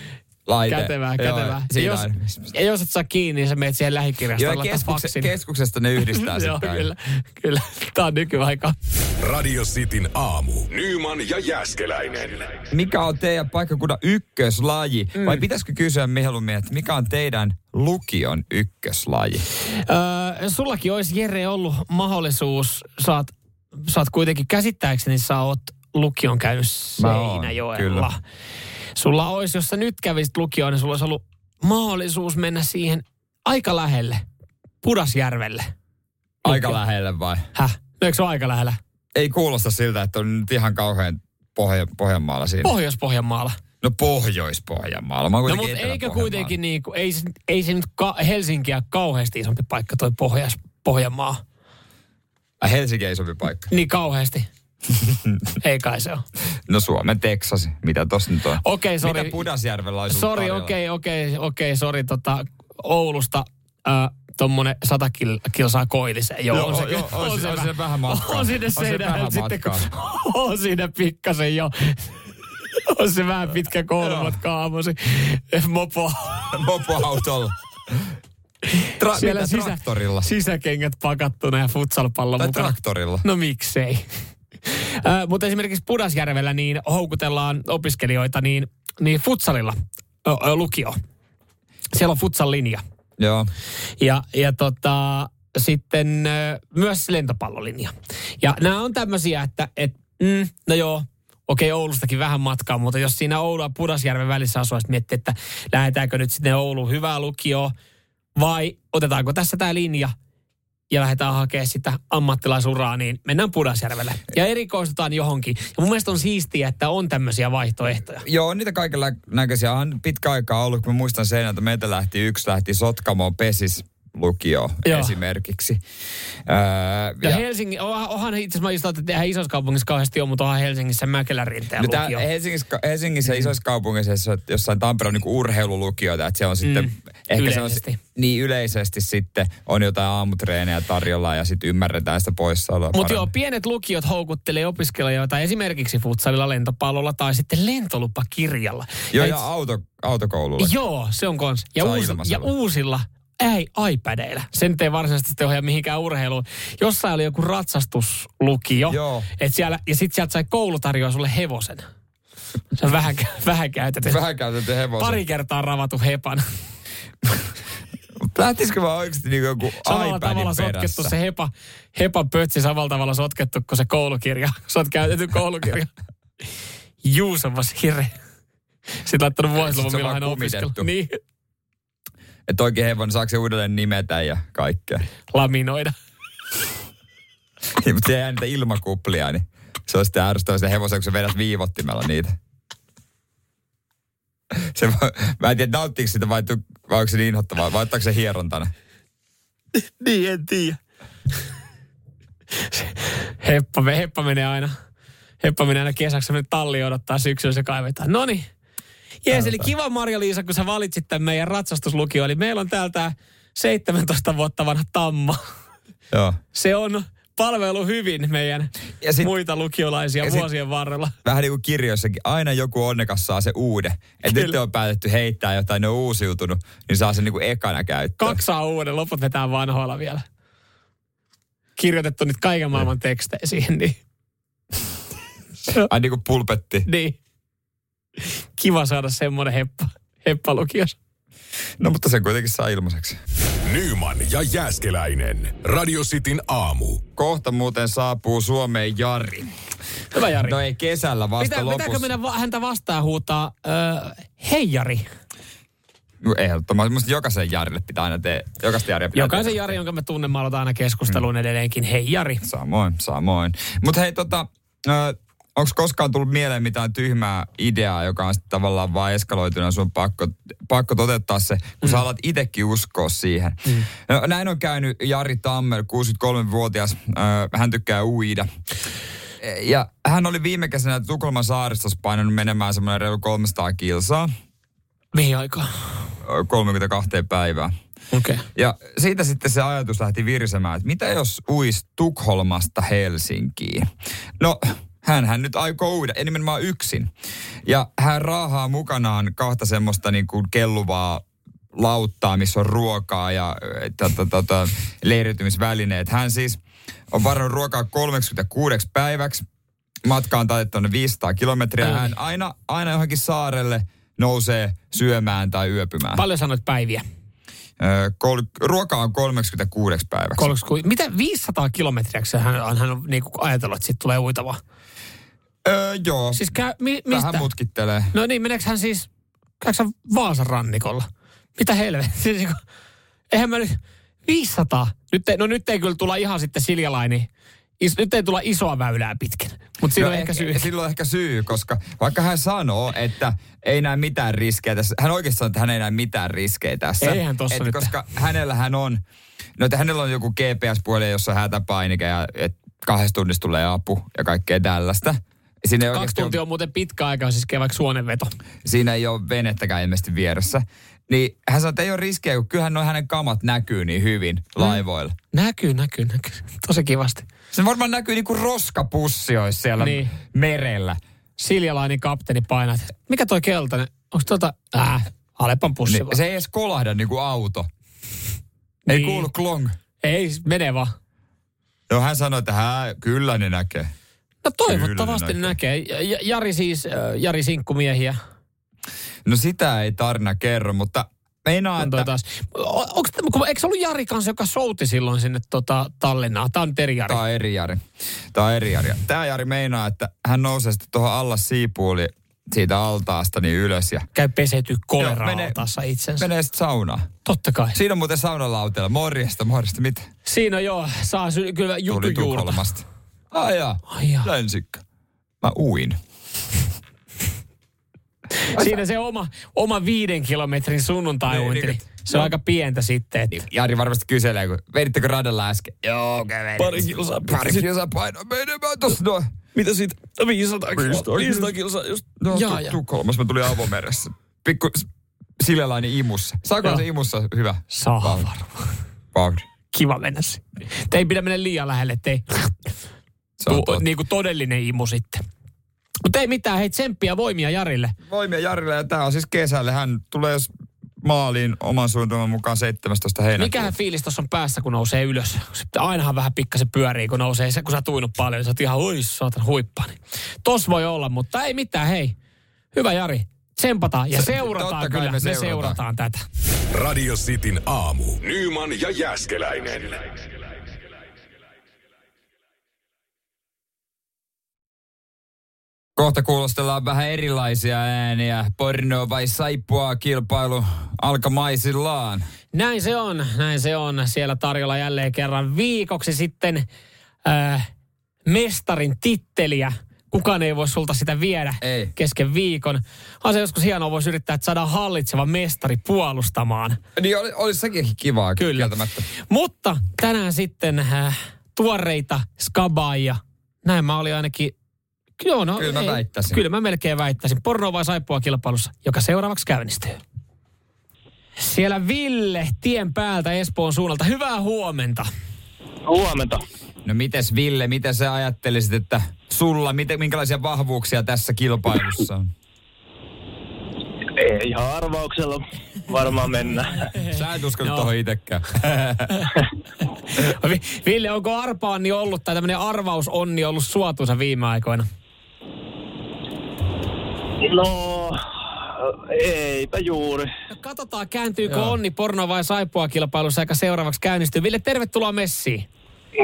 S3: laite.
S2: Kätevää,
S3: Joo,
S2: kätevää. Ja
S3: Siinä
S2: jos,
S3: on.
S2: ja jos et saa kiinni, niin sä menet siihen lähikirjastoon
S3: Joo,
S2: laittaa
S3: keskukse,
S2: faksin.
S3: keskuksesta ne yhdistää
S2: Joo,
S3: sitten.
S2: kyllä, kyllä. Tää on nykyaika.
S1: Radio Cityn aamu. Nyman ja Jäskeläinen.
S3: Mikä on teidän paikkakunnan ykköslaji? Mm. Vai pitäisikö kysyä mieluummin, että mikä on teidän lukion ykköslaji?
S2: Öö, sullakin olisi Jere ollut mahdollisuus, saat, saat kuitenkin käsittääkseni, sä oot lukion käynyt
S3: Mä oon,
S2: Seinäjoella.
S3: kyllä.
S2: Sulla olisi, jos sä nyt kävisit lukioon, niin sulla olisi ollut mahdollisuus mennä siihen aika lähelle, Pudasjärvelle.
S3: Aika lähelle vai?
S2: Häh? No eikö se ole aika lähellä?
S3: Ei kuulosta siltä, että on nyt ihan kauhean pohja, Pohjanmaalla siinä.
S2: Pohjois-Pohjanmaalla.
S3: no Pohjois-Pohjanmaalla. Mä oon
S2: No
S3: kuitenkin
S2: mutta eikö
S3: Etelä-Pohjanmaalla.
S2: kuitenkin niin kuin, ei, se- ei se nyt ka- Helsinkiä kauheasti isompi paikka toi Pohjas, Pohjanmaa.
S3: Ai, Helsinki ei sopi paikka.
S2: Niin kauheasti. ei kai se ole.
S3: No Suomen Teksas, mitä tossa nyt on?
S2: Okei, sori.
S3: Mitä Pudasjärvellä olisi ollut
S2: Sori,
S3: tarjolla?
S2: okei, okei, okei, sori, tota, Oulusta äh, tuommoinen sata kil- kilsaa koilliseen. Joo,
S3: Joo,
S2: on se,
S3: joo, on se- on
S2: vä-
S3: siinä vähän matkaa.
S2: On siinä
S3: On siinä
S2: seinä,
S3: vähän
S2: sitten kun,
S3: matkaa.
S2: on siinä pikkasen jo. On se vähän pitkä koulumatka aamuisin. Mopo.
S3: Mopoautolla. Tra- Siellä mitä,
S2: sisä-
S3: traktorilla?
S2: sisäkengät pakattuna ja futsalpallo
S3: Tai
S2: mukana.
S3: traktorilla?
S2: No miksei. Ö, Mutta esimerkiksi Pudasjärvellä niin houkutellaan opiskelijoita niin, niin futsalilla ö, ö, lukio. Siellä on futsal linja.
S3: Joo.
S2: Ja, ja tota, sitten ö, myös lentopallolinja. Ja nämä on tämmöisiä, että et, mm, no joo, okei Oulustakin vähän matkaa, mutta jos siinä Oulu ja Pudasjärven välissä asuu, sitten miettii, että lähdetäänkö nyt sinne Ouluun hyvää lukioon vai otetaanko tässä tämä linja ja lähdetään hakemaan sitä ammattilaisuraa, niin mennään Pudasjärvelle ja erikoistutaan johonkin. Ja mun mielestä on siistiä, että on tämmöisiä vaihtoehtoja.
S3: Joo, on niitä kaikilla näköisiä. On pitkä aikaa ollut, kun mä muistan sen, että meiltä lähti yksi lähti Sotkamoon Pesis lukio
S2: Joo.
S3: esimerkiksi. Öö,
S2: Ja, ja Helsingin, onhan, onhan itse asiassa mä just ajattelin, että eihän isossa kaupungissa kauheasti ole, mutta onhan Helsingissä Mäkelän rinteen
S3: No tää
S2: lukio.
S3: Helsingissä, Helsingissä
S2: Niin.
S3: ja isoissa kaupungeissa, jos olet jossain Tampereella on niinku urheilulukioita, että se on sitten... Ehkä se on,
S2: Mm. Yleisesti.
S3: niin yleisesti sitten on jotain aamutreenejä tarjolla ja sitten ymmärretään sitä poissaoloa
S2: Mutta joo,
S3: paremmin.
S2: pienet lukiot houkuttelee opiskelijoita esimerkiksi futsalilla, lentopallolla tai sitten lentolupakirjalla.
S3: Joo,
S2: Ja
S3: ja auto, autokoululla.
S2: Joo, se on kons. Ja,
S3: Saa
S2: uusi, ja
S3: ilmaisella.
S2: uusilla ei iPadeilla. Sen nyt ei varsinaisesti sitten ohjaa mihinkään urheiluun. Jossain oli joku ratsastuslukio.
S3: Joo.
S2: Et siellä, ja sitten sieltä sai koulu tarjoaa sulle hevosen. Se on vähän, vähän käytetty.
S3: Vähän käytetty hevosen.
S2: Pari kertaa ravatu hepan.
S3: Lähtisikö vaan oikeasti niin joku
S2: Samalla
S3: iPadin
S2: tavalla
S3: perässä?
S2: sotkettu se hepa, hepa pötsi, samalla tavalla sotkettu kuin se koulukirja. Sä oot käytetty koulukirja. Juusamas hire. Sitten laittanut vuosiluvun,
S3: Sitten se on
S2: milloin
S3: vaan
S2: hän opiskeli.
S3: kumitettu.
S2: Niin,
S3: Että oikein hevonen, saako se uudelleen nimetä ja kaikkea.
S2: laminoida.
S3: niin, mutta se jää niitä ilmakuplia, niin se on sitten ärsyttävä se hevosen, kun sä vedät viivottimella niitä. Se, voi- mä en tiedä, nauttiiko sitä vai, tu- vai onko se niin inhottavaa, vai ottaako se hierontana.
S2: niin, en tiedä. heppa, heppa menee aina. Heppa menee aina kesäksi menee talliin odottaa syksyllä se kaivetaan. No niin. Jees, eli kiva Marja-Liisa, kun sä valitsit tämän meidän ratsastuslukio. Eli meillä on täältä 17 vuotta vanha tamma.
S3: Joo.
S2: Se on palvelu hyvin meidän
S3: Ja sit-
S2: muita lukiolaisia
S3: ja sit-
S2: vuosien varrella.
S3: Vähän niin kuin kirjoissakin, aina joku onnekas saa se uuden. Että nyt
S2: Kyllä.
S3: on päätetty heittää jotain, ne on uusiutunut, niin saa sen niin kuin ekana käyttöön.
S2: Kaksi saa uuden, loput vetää vanhoilla vielä. Kirjoitettu nyt
S3: Niin.
S2: kaiken maailman tekstejä siihen, niin,
S3: Ai niin kuin pulpetti.
S2: niin. kiva saada semmoinen heppa, heppa lukiossa.
S3: No mutta sen kuitenkin saa ilmaiseksi.
S1: Nyman ja Jääskeläinen. Radio Cityn aamu.
S3: Kohta muuten saapuu Suomeen Jari.
S2: Hyvä Jari.
S3: No ei kesällä vasta
S2: Mitä,
S3: lopussa.
S2: pitääkö mennä va- häntä vastaan huutaa, öö, hei Jari?
S3: No ehdottomasti. Musta jokaisen Jarille pitää aina tehdä. Jokaista Jaria pitää
S2: Jokaisen
S3: tehdä.
S2: Jari, jonka mä tunnen, mä aloitan aina keskustelun edelleenkin, hei Jari.
S3: Samoin, samoin. Mutta hei tota, onko koskaan tullut mieleen mitään tyhmää ideaa, joka on sitten tavallaan vaan eskaloitunut ja sun on pakko, pakko toteuttaa se, kun mm. sä alat itsekin uskoa siihen. Mm. No, näin on käynyt Jari Tammer, 63-vuotias. Ö, hän tykkää uida. Ja hän oli viime kesänä Tukholman saaristossa painanut menemään semmoinen reilu 300 kilsaa,
S2: Mihin aikaan?
S3: ö, 32 päivää.
S2: Okei. Okay.
S3: Ja siitä sitten se ajatus lähti virsemään, että mitä jos uisi Tukholmasta Helsinkiin? No, hänhän nyt aikoo uida, ja nimenomaan yksin. Ja hän raahaa mukanaan kahta semmoista niin kuin kelluvaa lauttaa, missä on ruokaa ja eh, tota, tota, leiriytymisvälineet. Hän siis on varannut ruokaa 36 päiväksi. Matka on taitettu noin 500 kilometriä. Hän aina, aina johonkin saarelle nousee syömään tai yöpymään.
S2: Paljon sanoit päiviä?
S3: Ö, kol, ruoka on 36 päiväksi. Kol-
S2: 30, mitä 500 kilometriäksi hän, hän on niin kuin ajatellut, että siitä tulee uitava?
S3: öö, joo, siis
S2: Siis käy, mi,
S3: mistä?
S2: mistä?
S3: vähän mutkittelee.
S2: No niin, meneekö hän siis, käykö hän Vaasan rannikolla? Mitä helvettiä? Siis niinku, Eihän mä nyt, 500. Nyt ei, no nyt ei kyllä tulla ihan sitten siljalaini. Is, nyt ei tulla isoa väylää pitkin. Mutta siinä
S3: no
S2: on ehkä syy.
S3: Silloin ehkä syy, koska vaikka hän sanoo, että ei näe mitään riskejä tässä. Hän oikeasti sanoo, että hän ei näe mitään riskejä tässä.
S2: Eihän tossa
S3: Et
S2: nyt.
S3: Koska hänellä hän on, no että hänellä on joku GPS-puhelin, jossa on hätäpainike ja et kahdessa tunnissa tulee apu ja kaikkea tällaista. Siinä ei
S2: Kaksi
S3: oikeasti ole-
S2: tuntia on muuten pitkä aika, siis käy vaikka suonenveto.
S3: siinä ei ole venettäkään ilmeisesti vieressä. Niin hän sanoi, että ei ole riskejä, kun kyllähän noin hänen kamat näkyy niin hyvin
S2: Mm.
S3: laivoilla.
S2: Näkyy, näkyy, näkyy. Tosi kivasti.
S3: Se varmaan näkyy niinku roskapussi olisi siellä
S2: Niin.
S3: niin. merellä.
S2: Siljalainen kapteeni painat. Mikä toi keltainen? Onko tuota, äh, Alepan pussi
S3: Niin.
S2: niin,
S3: Se ei edes kolahda niinku auto. Ei
S2: Niin.
S3: kuulu klong.
S2: Ei, mene vaan.
S3: Joo, hän sanoi, että hää, kyllä ne näkee.
S2: No toivottavasti
S3: Kyllä
S2: ne
S3: ne
S2: näkee. Ja- Jari siis, äh, Jari sinkkumiehiä.
S3: No sitä ei tarina kerro, mutta meinaa,
S2: On No toi
S3: että
S2: taas. O- Onks, kun, eikö se ollut Jari kanssa, joka souti silloin sinne tota, Tallinnaan? Tämä on nyt eri Jari.
S3: tää on eri Jari. Tää on eri Jari. Tää Jari meinaa, että hän nousee sitten tuohon allas siipuuli siitä altaasta niin ylös ja
S2: Käy pesety
S3: Joo, mene-
S2: koleraaltaassa itsensä.
S3: menee sitten saunaan.
S2: Totta kai. Si-
S3: Siinä on muuten saunalauteella. Morjesta, morjesta. Mitä?
S2: Siinä on joo, saa sy- kyllä
S3: Tuli
S2: jutujuurta.
S3: Tukholmasta. Ai jaa.
S2: Ai jaa.
S3: Länsikkä. Mä uin.
S2: Siinä se oma, oma viiden kilometrin sunnuntai
S3: Niin,
S2: uinti.
S3: niin,
S2: Niin, se on aika pientä sitten. Että.
S3: Jari varmasti kyselee, kun vedittekö radalla äsken? Joo, okei okay, Pari kilsaa. Pari kilsaa painoa menemään tossa noin.
S4: Mitä siitä? 500
S3: Viistoa.
S4: kilsaa. 500 kilsaa just.
S3: No,
S2: Jaa,
S3: jaa,
S2: jaa.
S3: jaa. Tukholmassa mä tulin avomeressä. Pikku s- sillälainen imussa. Saako
S2: Joo.
S3: se imussa hyvä?
S2: Saa varmaan.
S3: Vauhdi.
S2: Kiva mennä sinne. Te ei pidä mennä liian lähelle, ettei
S3: Se on
S2: tuu
S3: totta.
S2: niin kuin todellinen imu sitten. Mutta ei mitään, hei tsemppiä voimia Jarille.
S3: Voimia Jarille ja tää on siis kesällä. Hän tulee s- maaliin oman suunnitelman mukaan 17. heinäkuuta.
S2: Mikähän fiilis tuossa on päässä, kun nousee ylös? Sitten ainahan vähän pikkasen pyörii, kun nousee. Se, kun sä oot uinut paljon, niin sä oot ihan oi, saatan huippani. Tos voi olla, mutta ei mitään, hei. Hyvä Jari, tsempataan ja seurataan
S3: totta kai
S2: kyllä. Me
S3: me
S2: seurataan. me seurataan
S3: seurataan
S2: tätä.
S1: Radio Cityn aamu. Nyman ja Jääskeläinen.
S3: Kohta kuulostellaan vähän erilaisia ääniä. Porno vai saippua kilpailu alkamaisillaan.
S2: Näin se on, näin se on. Siellä tarjolla jälleen kerran viikoksi sitten äh, mestarin titteliä. Kukaan ei voi sulta sitä viedä
S3: Ei.
S2: kesken viikon. On se joskus hienoa, voisi yrittää, että saadaan hallitseva mestari puolustamaan.
S3: Niin oli, olisi sekin kivaa
S2: Kyllä.
S3: kieltämättä.
S2: Mutta tänään sitten äh, tuoreita skabaajia. Näin mä olin ainakin... Joo, no,
S3: Kyllä mä
S2: ei.
S3: väittäisin.
S2: Kyllä mä melkein väittäisin. Porno vai saippua kilpailussa, joka seuraavaksi käynnistyy. Siellä Ville tien päältä Espoon suunnalta. Hyvää huomenta.
S5: Huomenta.
S3: No mites Ville, mitä sä ajattelisit, että sulla, miten, minkälaisia vahvuuksia tässä kilpailussa on?
S5: Ei ihan arvauksella varmaan mennä.
S3: Sä et uskonut
S2: No.
S3: no. tohon itekään.
S2: Vi- Ville, onko arpaanni ollut tai tämmöinen arvausonni ollut suotuisa viime aikoina?
S5: No, eipä juuri.
S2: No katsotaan, kääntyykö Joo. onni porno vai saippua kilpailussa, joka seuraavaksi käynnistyy. Ville, tervetuloa messiin.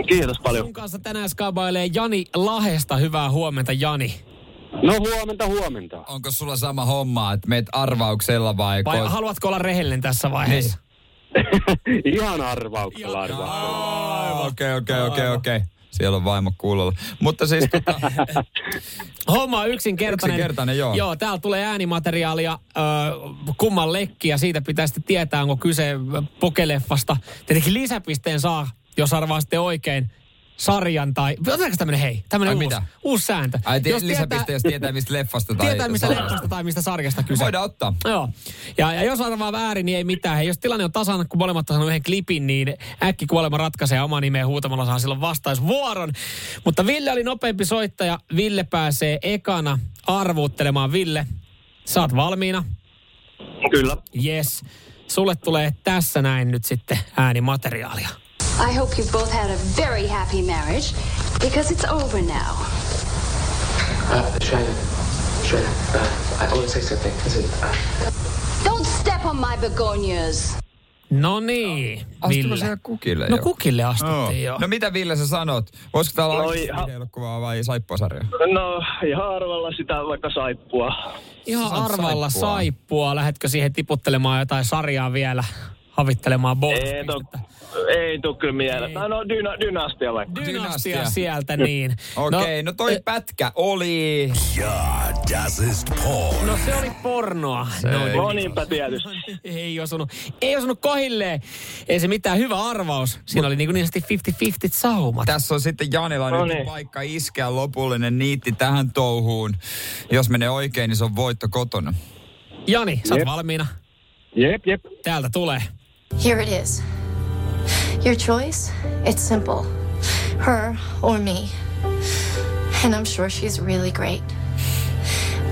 S5: Kiitos paljon.
S2: Sun kanssa tänään skabailee Jani Lahesta. Hyvää huomenta, Jani.
S5: No huomenta, huomenta.
S3: Onko sulla sama homma, että meet arvauksella vai?
S2: Vai
S3: ko-
S2: haluatko olla rehellinen tässä vaiheessa?
S5: Ihan arvauksella arvauksella.
S3: Aivan, Okei, okei, okei, okei. Siellä on vaimo kuulolla. Mutta siis tota,
S2: Homma on yksinkertainen.
S3: Niin. Yksinkertainen, joo.
S2: Joo, täällä tulee äänimateriaalia, ö, kumman lekki, ja siitä pitää sitten tietää, onko kyse pokeleffasta. Tietenkin lisäpisteen saa, jos arvaa sitten oikein sarjan tai... Otetaanko tämmönen, hei, tämmönen
S3: Ai
S2: uusi,
S3: mitä?
S2: uusi sääntö?
S3: ai,
S2: jos
S3: tie, lisäpiste, jos tietää mistä leffasta tai...
S2: tietää mistä
S3: sarjasta.
S2: leffasta tai mistä sarjasta kyse.
S3: Voidaan ottaa.
S2: Joo. Ja, ja jos arvaa väärin, niin ei mitään. Hei, jos tilanne on tasan, kun molemmat on saanut yhden klipin, niin äkki kuolema ratkaisee oma nimeen huutamalla saa silloin vastausvuoron. Mutta Ville oli nopeampi soittaja. Ville pääsee ekana arvuuttelemaan. Ville, saat valmiina.
S5: Kyllä.
S2: Yes. Sulle tulee tässä näin nyt sitten äänimateriaalia.
S6: I hope you both had a very happy marriage because it's over now.
S7: Uh, Shredded. Shredded. Uh, I always say something. Listen, uh,
S6: Don't step on my begonias.
S2: No niin,
S3: Astuiko
S2: Ville.
S3: siellä kukille
S2: No
S3: jo?
S2: kukille
S3: Joo.
S2: astuttiin joo.
S3: No mitä Ville sä sanot? Voisiko täällä
S5: No,
S3: olla
S5: ihan-
S3: elokuvaa vai saippuasarja?
S5: No, ihan arvalla sitä vaikka saippua.
S2: Ihan
S3: Saat
S2: arvalla
S3: saippua.
S2: saippua. saippua. Lähetkö siihen tiputtelemaan jotain sarjaa vielä? Havittelemaan
S5: Ei, to,
S2: bonuspistettä.
S5: ei tuu kyllä mieleen. No, no dyna, dynastia vaikka.
S2: Dynastia
S3: Dynastia.
S2: sieltä, niin.
S3: Okei, okay, no, toi
S2: eh,
S3: pätkä oli...
S1: Ja, das ist porn.
S2: No se oli pornoa. Se no,
S5: No niinpä tietysti.
S2: ei osunut, ei osunut kohilleen. Ei se mitään, hyvä arvaus. Siinä oli niinku niin sanotusti 50-50 saumat.
S3: Ah, Tässä on sitten Janilla
S5: No
S3: nyt
S5: niin.
S3: paikka iskeä lopullinen niitti tähän touhuun. Jos menee oikein, niin se on voitto kotona.
S2: Jani, sä oot valmiina.
S5: Jep, jep.
S2: Täältä tulee.
S8: Here it is. Your choice? It's simple her or me. And I'm sure she's really great.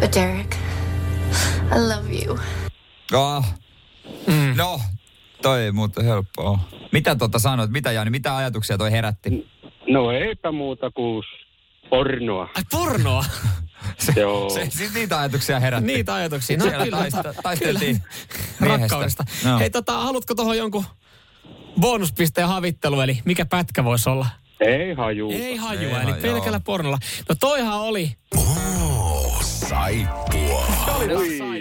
S8: But, Derek, I love you.
S3: Ah. Mm. No, toi ei muuta helppoa. Mitä tota sanot? Mitä Jani, mitä ajatuksia toi herätti?
S9: No eipä muuta kuin pornoa.
S2: Ai pornoa?
S9: Joo.
S3: Se, siis niitä ajatuksia herätti.
S2: Niitä ajatuksia. No,
S3: Siellä
S2: kyllä,
S3: taista-
S2: tota,
S3: taisteltiin
S2: kyllä.
S3: miehestä.
S2: Rakkaudesta.
S3: No.
S2: Hei, tota, haluatko tuohon jonkun bonuspisteen havittelu, eli mikä pätkä voisi olla?
S9: Ei haju.
S2: Ei
S3: Ei
S2: hajua, eli
S3: hajua.
S2: pelkällä pornolla. No toihan oli
S1: Oh, saippua.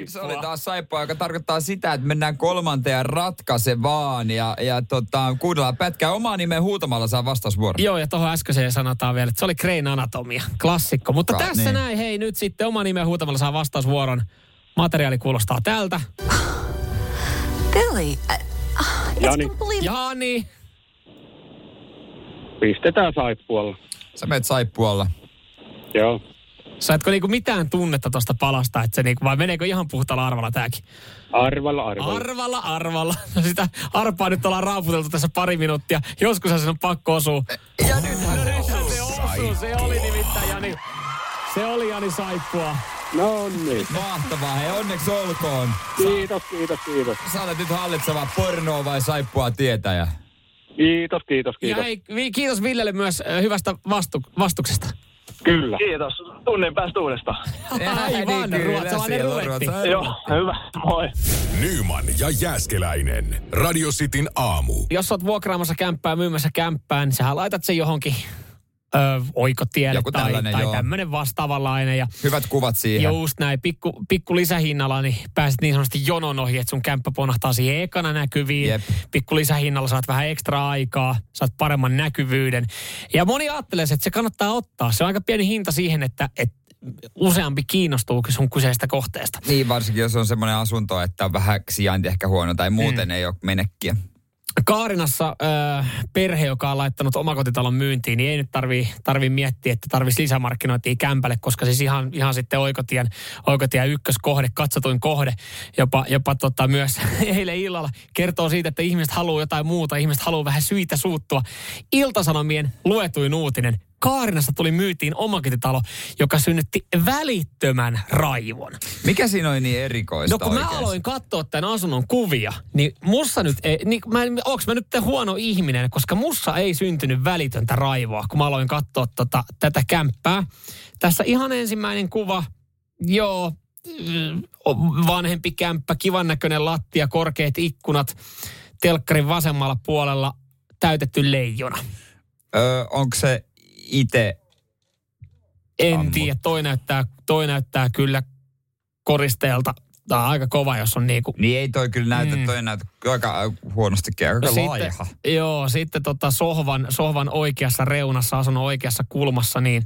S3: Se oli taas saippua, joka tarkoittaa sitä, että mennään kolmanteen ratkaisevaan ja, ja tota, kuunnellaan pätkää omaa nimeä huutamalla saa vastausvuoron.
S2: Joo, ja tuohon äskeiseen sanotaan vielä, että se oli Crane Anatomia, klassikko. Mutta
S3: Ka-
S2: tässä
S3: niin.
S2: näin, hei, nyt sitten oma nimen huutamalla saa vastausvuoron. Materiaali kuulostaa tältä.
S10: Billy,
S9: Jani,
S2: Jani,
S9: pistetään saippualla.
S3: Sä menet saippualla.
S9: Joo.
S2: saitko niinku mitään tunnetta tuosta palasta, että se niinku, vai meneekö ihan puhtaalla arvalla tääkin?
S9: Arvalla, arvalla. Ar-
S2: Arvalla, arvalla. No sitä arpaa nyt ollaan raaputeltu tässä pari minuuttia. Joskus sen on pakko osua.
S3: Ja nyt
S2: No nythän se osuu, se oli nimittäin Jani. Se oli Jani Saippua.
S9: no niin.
S3: mahtavaa, hei onneksi olkoon.
S9: Kiitos, kiitos, kiitos.
S3: Sä olet nyt hallitseva pornoa vai saippua tietäjä.
S9: Kiitos, kiitos,
S2: Ja
S9: kiitos.
S2: hei, vi- kiitos Villelle myös ö, hyvästä vastu, vastuksesta.
S9: Kyllä.
S5: Kiitos. Tunnin päästä uudestaan.
S3: niin,
S2: Aivan, ruotsalainen ruletti.
S5: Joo, hyvä. Moi.
S1: Nyman ja Jääskeläinen. Radio Cityn aamu.
S2: jos sä oot vuokraamassa kämppää, myymässä kämppää, niin sähän laitat sen johonkin ö, oikotiede
S3: Joku
S2: tai,
S3: tällainen,
S2: tai
S3: joo.
S2: tämmöinen vastaavanlainen. Ja
S3: Hyvät kuvat siihen.
S2: ja just näin, pikku, pikku lisähinnalla, niin pääset niin sanotusti jonon ohi, että sun kämppä ponahtaa siihen ekana näkyviin.
S3: Jep.
S2: Pikku lisähinnalla saat vähän ekstra aikaa, saat paremman näkyvyyden. Ja moni ajattelee, että se kannattaa ottaa. Se on aika pieni hinta siihen, että, että useampi kiinnostuu sun kyseistä kohteesta.
S3: Niin, varsinkin jos on semmoinen asunto, että on vähän sijainti ehkä huono tai muuten mm. ei ole menekkiä.
S2: Kaarinassa äh, perhe, joka on laittanut omakotitalon myyntiin, niin ei nyt tarvii, tarvii miettiä, että tarvisi lisämarkkinointia kämpälle, koska siis ihan, ihan sitten oikotien, oikotien ykköskohde, katsotuin kohde, jopa, jopa tota myös eilen illalla kertoo siitä, että ihmiset haluaa jotain muuta, ihmiset haluaa vähän syitä suuttua. Iltasanomien luetuin uutinen. Kaarinassa tuli myytiin omakotitalo, joka synnytti välittömän raivon.
S3: Mikä siinä oli niin erikoista
S2: No kun
S3: oikeasti?
S2: mä aloin katsoa tämän asunnon kuvia, niin mussa nyt ei, niin mä, en- onks mä nyt huono ihminen, koska mussa ei syntynyt välitöntä raivoa, kun mä aloin katsoa tota, tätä kämppää. Tässä ihan ensimmäinen kuva, joo, mm, o- vanhempi kämppä, kivan näköinen lattia, korkeat ikkunat, telkkarin vasemmalla puolella täytetty leijona.
S3: Öö, onko se itse
S2: En
S3: Ammut.
S2: tiedä, toi näyttää, toi näyttää kyllä koristeelta. Tämä on aika kova, jos on niinku
S3: Niin ei toi kyllä näytä,
S2: Mm.
S3: mm. toi näytä aika äh, huonostikin, aika no laiha.
S2: Sitten, joo, sitten tota sohvan, sohvan oikeassa reunassa, asunnon oikeassa kulmassa, niin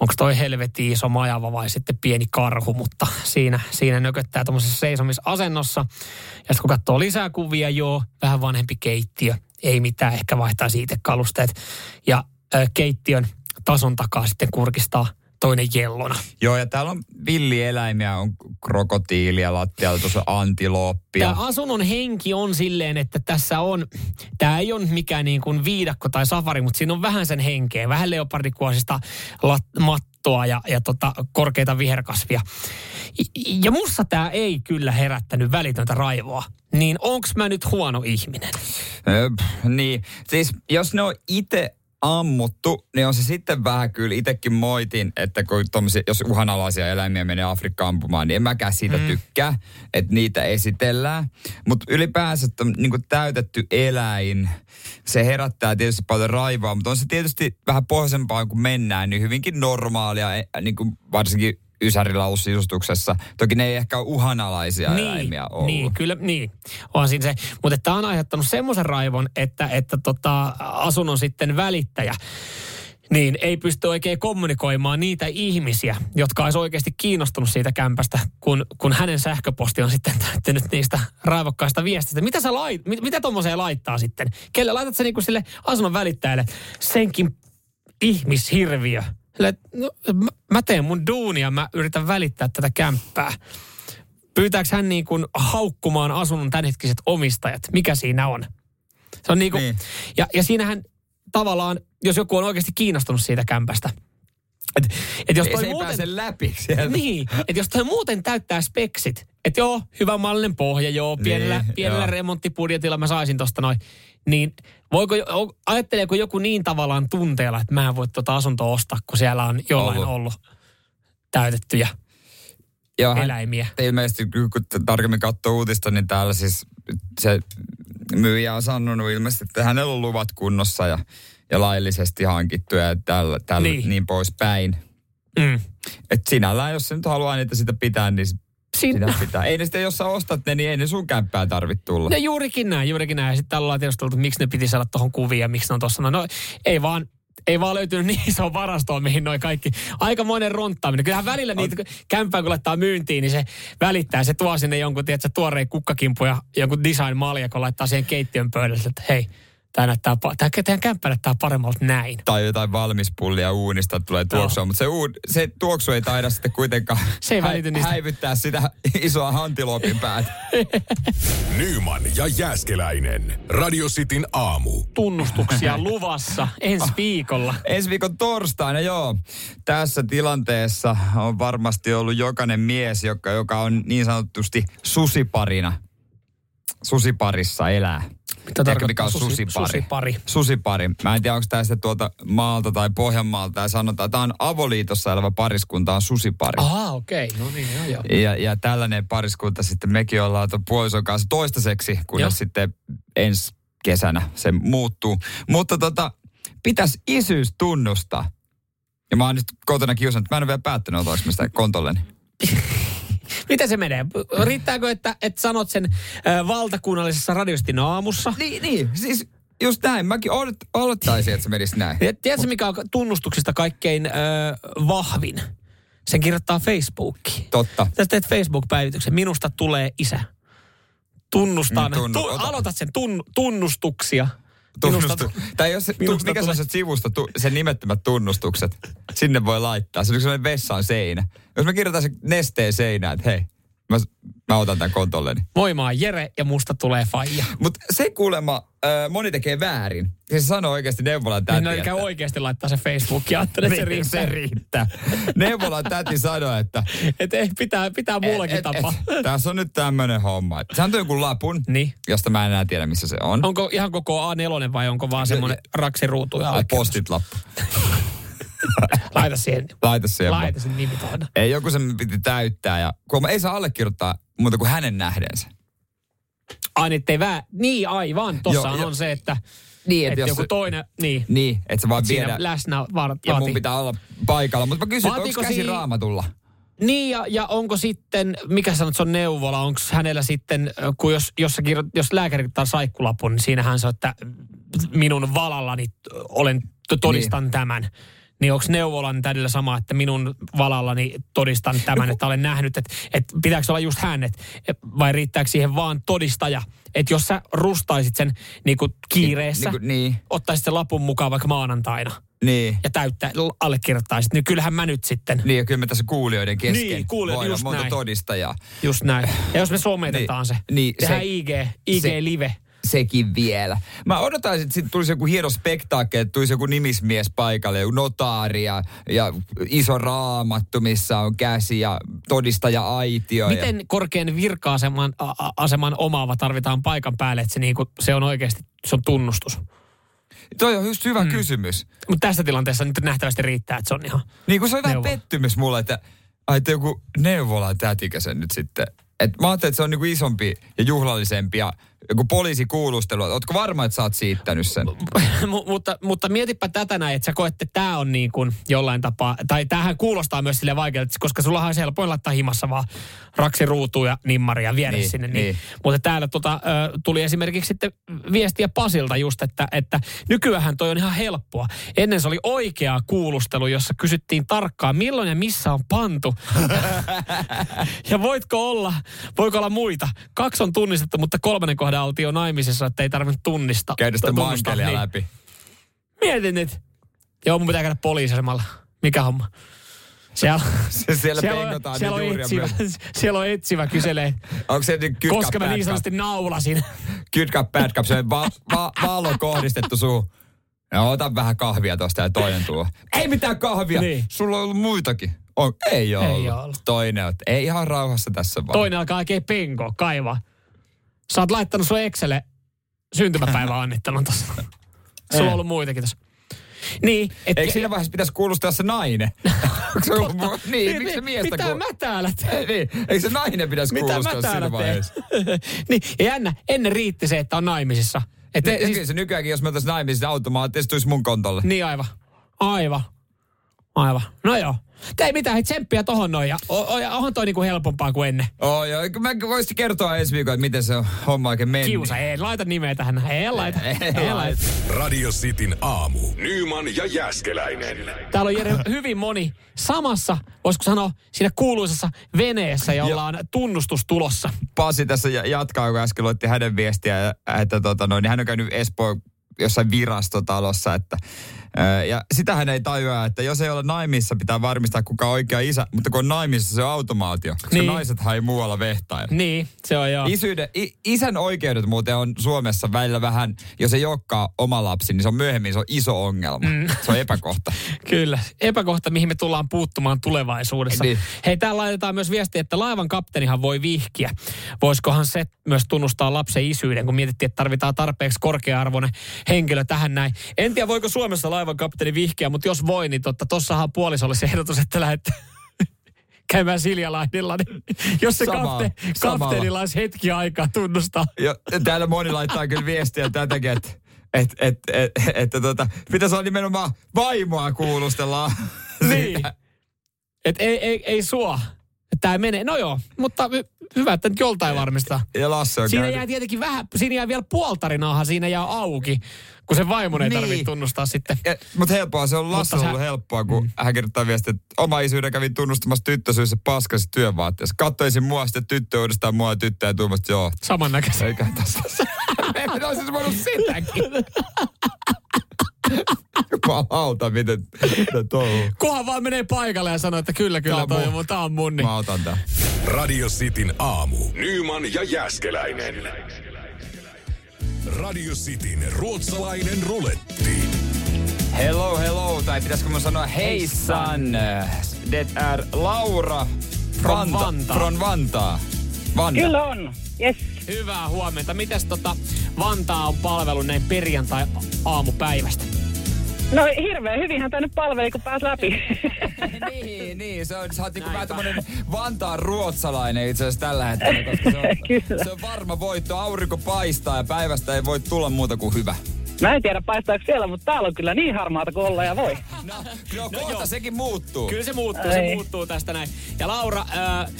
S2: onko toi helvetin iso majava vai sitten pieni karhu, mutta siinä, siinä nököttää tuommoisessa seisomisasennossa. Ja sitten kun katsoo lisää kuvia, joo, vähän vanhempi keittiö, ei mitään, ehkä vaihtaa siitä kalusteet. Ja ö, keittiön tason takaa sitten kurkistaa toinen jellona.
S3: Joo, ja täällä on villieläimiä, on krokotiilia lattialla, tuossa on antilooppia.
S2: Tämä asunnon henki on silleen, että tässä on, tämä ei ole mikään niin kuin viidakko tai safari, mutta siinä on vähän sen henkeä. Vähän leopardikuosista lat, mattoa ja, ja tota, korkeita viherkasvia. I- Ja mussa tämä ei kyllä herättänyt välitöntä raivoa. Niin onks mä nyt huono ihminen?
S3: Öö, pff, niin, siis jos ne on itse ammuttu, niin on se sitten vähän kyllä, itekin moitin, että kun tommosia, jos uhanalaisia eläimiä menee Afrikkaan ampumaan, niin en mäkään siitä mm. tykkää, että niitä esitellään. Mutta ylipäänsä että niin täytetty eläin, se herättää tietysti paljon raivoa, mutta on se tietysti vähän pohjoisempaa, kun mennään, niin hyvinkin normaalia, niin kuin varsinkin Ysärillä ussistuksessa. Toki ne ei ehkä ole uhanalaisia eläimiä ollut.
S2: Niin, kyllä, niin. On siinä se. Mutta tämä on aiheuttanut semmoisen raivon, että, että tota, asunnon sitten välittäjä niin ei pysty oikein kommunikoimaan niitä ihmisiä, jotka olisi oikeasti kiinnostunut siitä kämpästä, kun, kun hänen sähköposti on sitten täyttynyt niistä raivokkaista viestistä. Mitä, sä lait, mit, mitä tuommoiseen laittaa sitten? Kelle laitat sä niinku sille asunnon välittäjälle senkin ihmishirviö? Sille, että, no, mä, mä teen mun duunia, mä yritän välittää tätä kämppää. Pyytääkö hän niin kuin haukkumaan asunnon tämänhetkiset omistajat? Mikä siinä on? Se on niin kuin, niin.
S3: Niin.
S2: Ja, ja siinähän tavallaan, jos joku on oikeasti kiinnostunut siitä kämpästä, että et jos
S3: Ei, se
S2: toi
S3: ei
S2: muuten...
S3: pääse läpi sieltä.
S2: Niin, että jos toi muuten täyttää speksit, että joo, hyvä mallinen pohja, joo, pienellä,
S3: Niin,
S2: pienellä
S3: joo.
S2: remonttibudjetilla mä saisin tosta noin, niin voiko, o- ajatteleeko joku niin tavallaan tunteella, että mä en voi tota asuntoa ostaa, kun siellä on jollain ollut,
S3: Ollut.
S2: ollut täytettyjä
S3: Joo, hän-
S2: eläimiä.
S3: Te ilmeisesti, kun t- tarkemmin katsoo uutista, niin täällä siis se myyjä on sanonut ilmeisesti, että hänellä on luvat kunnossa ja, ja laillisesti hankittuja ja tällä, tällä
S2: Niin.
S3: niin. niin poispäin.
S2: Mm.
S3: Et sinällään, jos se nyt haluaa niitä sitä pitää, niin
S2: Siinä,
S3: sitä pitää. Ei ne sitä, jos sä ostat ne, niin ei ne sun kämppää tarvitse tulla.
S2: No juurikin näin, juurikin näin. Ja sitten täällä ollaan tietysti tullut, että miksi ne piti saada tuohon kuvia, miksi ne on tuossa. No, no ei vaan ei vaan löytynyt niin iso varastoa, mihin noi kaikki. Aikamoinen ronttaaminen. Kyllähän välillä niitä kämppää, kun laittaa myyntiin, niin se välittää. Se tuo sinne jonkun, tiedätkö, tuoreen kukkakimpu ja jonkun design-malja, kun laittaa siihen keittiön pöydälle, että hei, tämä näyttää, pa- tää, teidän kämppä näyttää paremmalta näin.
S3: Tai jotain valmispullia uunista tulee tuoksua, mutta se, uun, se tuoksu ei taida sitten kuitenkaan
S2: Se ei välity niistä.
S3: häivyttää sitä isoa hantiloopin päätä.
S1: Nyman ja Jääskeläinen. Radio Cityn aamu.
S2: Tunnustuksia luvassa ensi viikolla.
S3: Ensi viikon torstaina, joo. Tässä tilanteessa on varmasti ollut jokainen mies, joka, joka on niin sanotusti susiparina. Susiparissa elää. Mitä mikä on
S2: susi-
S3: susipari?
S2: susipari?
S3: Susipari. Mä en tiedä, onko tämä sitten tuolta maalta tai Pohjanmaalta. Ja sanotaan, että tämä on avoliitossa elävä pariskunta on susipari.
S2: Ah, okei. Okay. No niin, joo, joo.
S3: Ja, ja tällainen pariskunta sitten mekin ollaan tuon puolison kanssa toistaiseksi, kunnes
S2: Joo.
S3: sitten ensi kesänä se muuttuu. Mutta tota, pitäisi isyys tunnustaa. Ja mä oon nyt kotona kiusannut, että mä en ole vielä päättänyt, otanko mä sitä kontolleni.
S2: Miten se menee? Riittääkö, että, että sanot sen ö, valtakunnallisessa radiostin aamussa?
S3: Niin, niin, siis just näin. Mäkin odot- odottaisin, että se menisi näin.
S2: Ja Tiedätkö, mikä on tunnustuksista kaikkein ö, vahvin? Sen kirjoittaa Facebookiin.
S3: Totta.
S2: Sä teet Facebook-päivityksen. Minusta tulee isä. Tunnustan.
S3: Mm, tunnu-
S2: tu,
S3: ota.
S2: aloitat sen tun, tunnustuksia. Minusta
S3: Tunnustu.
S2: tu-
S3: Tai jos, tu,
S2: minusta
S3: mikä se
S2: tulee-
S3: on se sivusto, tu, sen nimettömät tunnustukset. Sinne voi laittaa. Se on yksi sellainen vessaan seinä. Jos mä kirjoitan sen nesteen seinään, että hei, mä, mä otan tämän kontolleni.
S2: Moi mä oon Jere ja musta tulee faija.
S3: Mutta se kuulemma äh, moni tekee väärin. Se sanoo oikeasti neuvolan täti.
S2: Niin no, eli
S3: että-
S2: oikeasti laittaa se Facebookia, että se
S3: Niin,
S2: riittää.
S3: se riittää. neuvolan täti sanoi, että...
S2: Et ei, pitää, pitää
S3: Eh,
S2: muullakin tapaa.
S3: tässä on nyt tämmönen homma. Se antoi jonkun lapun,
S2: Niin.
S3: josta mä en enää tiedä, missä se on.
S2: Onko ihan koko A4 vai onko vaan
S3: Se-
S2: semmoinen raksiruutu ja
S3: Ai,
S2: oikein?
S3: Postit lappu.
S2: Laita siihen.
S3: Laita siihen. vaan.
S2: Laita sen nimi tuohon.
S3: Ei, joku sen piti täyttää ja kuulemma ei saa allekirjoittaa muuta kuin hänen nähdensä.
S2: Ai, niin, ettei vää... Niin, aivan. Tossahan
S3: Joo,
S2: on
S3: jo-
S2: se, että,
S3: Niin,
S2: että
S3: jos
S2: joku
S3: se-
S2: toinen... Niin.
S3: Niin, että se vaan
S2: Siinä
S3: viedä.
S2: läsnä vaat,
S3: Ja mun
S2: vaatii.
S3: pitää olla paikalla. Mutta mä kysyn, että onko
S2: Vaatiiko
S3: käsi
S2: siinä-
S3: raamatulla?
S2: Niin, ja, ja onko sitten, mikä sanot, se on neuvola, onko hänellä sitten, ö, kun jos, jos, sä kirjoit, jos lääkäri ottaa saikkulapun, niin siinähän se on, että minun valallani t- olen, t- todistan niin. tämän. Niin onko neuvolan tädillä sama, että minun valallani todistan tämän, että olen nähnyt, että, että pitääkö olla just hän, että, vai riittääkö siihen vaan todistaja? Että jos sä rustaisit sen niin kuin kiireessä,
S3: Niin,
S2: niin,
S3: niin,
S2: ottaisit sen lapun mukaan vaikka maanantaina
S3: niin.
S2: ja täyttä, allekirjoittaisit, niin kyllähän mä nyt sitten...
S3: Niin, ja kyllä me tässä kuulijoiden kesken
S2: Niin, kuulijoiden,
S3: voi olla
S2: just
S3: monta
S2: näin.
S3: todistajaa.
S2: Just näin. Ja jos me sometetaan
S3: Niin,
S2: niin, se.
S3: niin,
S2: Tehdään
S3: se-
S2: se, IG, IG-live.
S3: Sekin vielä. Mä odotan, että sitten tulisi joku hieno spektaakkeli, että tulisi joku nimismies paikalle, joku notaari ja, ja iso raamattu, missä on käsi ja todistaja-aitio. Ja...
S2: Miten korkean virka-aseman a- a- aseman omaava tarvitaan paikan päälle, että se, niinku, se on oikeasti se on tunnustus?
S3: Toi on just hyvä mm. kysymys.
S2: Mutta tässä tilanteessa nyt nähtävästi riittää, että se on ihan...
S3: Niin kuin se on vähän
S2: Neuvola.
S3: pettymys mulle, että ai te joku neuvola tätikä sen nyt sitten. Et mä ajattelin, että se on niinku isompi ja juhlallisempi ja joku poliisikuulustelu. Et Ootko varma, että sä oot siittänyt sen?
S2: M- mutta, mutta mietipä tätä näin, että sä koet, että tämä on niin kuin jollain tapaa, tai tämähän kuulostaa myös sille vaikealta, koska sulla on helpoin laittaa himassa vaan raksi ruutuun ja nimmari ja viedä
S3: Niin,
S2: niin, sinne. Niin.
S3: niin.
S2: Niin. Mutta täällä tota, ö, tuli esimerkiksi sitten viestiä Pasilta just, että, että nykyään toi on ihan helppoa. Ennen se oli oikea kuulustelu, jossa kysyttiin tarkkaan, milloin ja missä on pantu. ja voitko olla, voiko olla muita? Kaksi on tunnistettu, mutta kolmannen kohdan oltiin jo naimisissa, että ei tarvinnut tunnistaa.
S3: Käydä sitä
S2: tunnustaa,
S3: mankelia
S2: niin.
S3: läpi.
S2: Mietin nyt. Joo, mun pitää käydä poliisiasemalla. Mikä homma? Siellä,
S3: Se siellä pengotaan
S2: on, siellä, on
S3: nyt juuri ja
S2: etsivä, siellä on etsivä kyselee,
S3: Onko se nyt kytkä
S2: koska mä niin sanotusti naulasin.
S3: Kytkä bad cup, se on va- va- valo kohdistettu suuhun. No, ota vähän kahvia tosta ja toinen tuo. Ei mitään kahvia.
S2: Niin.
S3: Sulla on ollut muitakin. On, ei ole
S2: Ei
S3: ollut.
S2: ole ollut.
S3: Toinen, on, että ei ihan rauhassa tässä vaan.
S2: Toinen alkaa oikein penkoa, kaivaa. Sä oot laittanut sun Excelle syntymäpäivä onnittelun tossa. Sulla on ollut muitakin tossa. Niin, et,
S3: Eikö siinä vaiheessa pitäisi kuulustaa se nainen? Onko se joku muu- niin, miksi se miestä
S2: Mitä
S3: kuul...
S2: mä täällä teen?
S3: Niin, eikö se nainen pitäisi
S2: Mitä
S3: kuulustaa
S2: mä
S3: siinä
S2: täällä teen?
S3: vaiheessa?
S2: niin, ja jännä, ennen riitti se, että on naimisissa. Et,
S3: Te,
S2: siis-
S3: siis... se nykyäänkin, jos mä tässä naimisiin, se automaattisesti tulisi mun kontolle.
S2: Niin aivan. Aivan. Aivan. No joo. Tei mitään, hei tsemppiä tohon noin. Ja o- o- ja onhan toi niinku helpompaa kuin ennen.
S3: Oh, joo, eikö mä voisin kertoa ensi viikolla, että miten se on homma oikein mennyt.
S2: Kiusa, ei laita nimeä tähän. Ei laita. Ei laita.
S1: Radio Cityn aamu. Nyman ja Jäskeläinen.
S2: Täällä on Jere hyvin moni samassa, voisiko sanoa, siinä kuuluisassa veneessä, jolla on tunnustus tulossa.
S3: Pasi tässä ja- jatkaa, kun äsken luettiin hänen viestiä, ja- että tota, noin, niin hän on käynyt Espoon jossain virastotalossa, että ää, ja sitä hän ei tajua, että jos ei ole naimissa, pitää varmistaa kuka on oikea isä, mutta kun on naimissa, se on automaatio. Niin.
S2: Niin.
S3: naiset ei muualla vehtailla.
S2: Niin, se on joo.
S3: Isyyden, i, isän oikeudet muuten on Suomessa välillä vähän, jos ei olekaan oma lapsi, niin se on myöhemmin se on iso ongelma. Mm. Se on epäkohta.
S2: Kyllä. Epäkohta, mihin me tullaan puuttumaan tulevaisuudessa.
S3: Niin.
S2: Niin. Hei, täällä laitetaan myös viesti, että laivan kapteenihan voi vihkiä. Voisikohan se myös tunnustaa lapsen isyyden, kun mietittiin, että tarvitaan tarpeeksi korkea-arvoinen henkilö tähän näin. En tiedä, voiko Suomessa laivan kapteeni vihkiä, mutta jos voi, niin totta, tossahan puolisolle se ehdotus, että lähdet käymään Siljalainilla. Niin jos se
S3: Samaa,
S2: kapte,
S3: samalla.
S2: kapteenilla olisi hetki aikaa tunnustaa.
S3: Ja täällä moni laittaa kyllä viestiä tätäkin, että että et, et, et, et, tota, pitäisi olla nimenomaan vaimoa kuulustellaan.
S2: Niin. Et ei, ei, ei sua. Tämä menee. No joo, mutta hy- hyvä, että nyt joltain varmistaa.
S3: Ja Lasse on
S2: Siinä
S3: käynyt.
S2: jää tietenkin vähän, siinä jää vielä puoltarinaahan, siinä jää auki, kun se vaimon ei
S3: Niin.
S2: tarvitse tunnustaa sitten.
S3: Mutta helppoa se on Lasse
S2: Mutta
S3: on
S2: sä-
S3: ollut helppoa, kun mm. hän kertoo viestiä, että oma isyyden kävin tunnustamassa tyttösyys ja paskasi työvaatteessa. Kattoisin mua sitten tyttö uudestaan mua ja tyttöä ja tuumasta, että joo.
S2: Samannäköisen.
S3: Eikä tässä. en olisi voinut sitäkin. Jumalauta, miten mitä tuo on.
S2: Kunhan vaan menee paikalle ja sanoo, että kyllä,
S3: Tää
S2: kyllä,
S3: on
S2: toi
S3: mun.
S2: on mun, tää on mun. Niin.
S3: Mä otan tämän.
S1: Radio Cityn aamu. Nyman ja Jäskeläinen. Radio Cityn ruotsalainen ruletti.
S3: Hello, hello, tai pitäisikö mä sanoa heissan. Det är Laura
S2: From
S3: Vanta-
S2: Vantaa.
S3: From Vantaa. Vanda.
S11: Kyllä on, yes.
S2: Hyvää huomenta. Mitäs tota Vantaa on palvelu näin perjantai-aamupäivästä?
S11: No hirveän hyvinhän tämä nyt palveli, kun pääs läpi.
S3: niin, niin, se on, sä oot niinku vähän tämmönen Vantaan ruotsalainen itse asiassa tällä hetkellä, koska se on, se on varma voitto. Aurinko paistaa ja päivästä ei voi tulla muuta kuin hyvä.
S11: Mä en tiedä paistaako siellä, mutta täällä on kyllä niin harmaata kuin olla ja voi.
S3: No, no, kohta sekin muuttuu.
S2: Kyllä se muuttuu, se
S11: Ei.
S2: muuttuu tästä näin. Ja Laura, äh,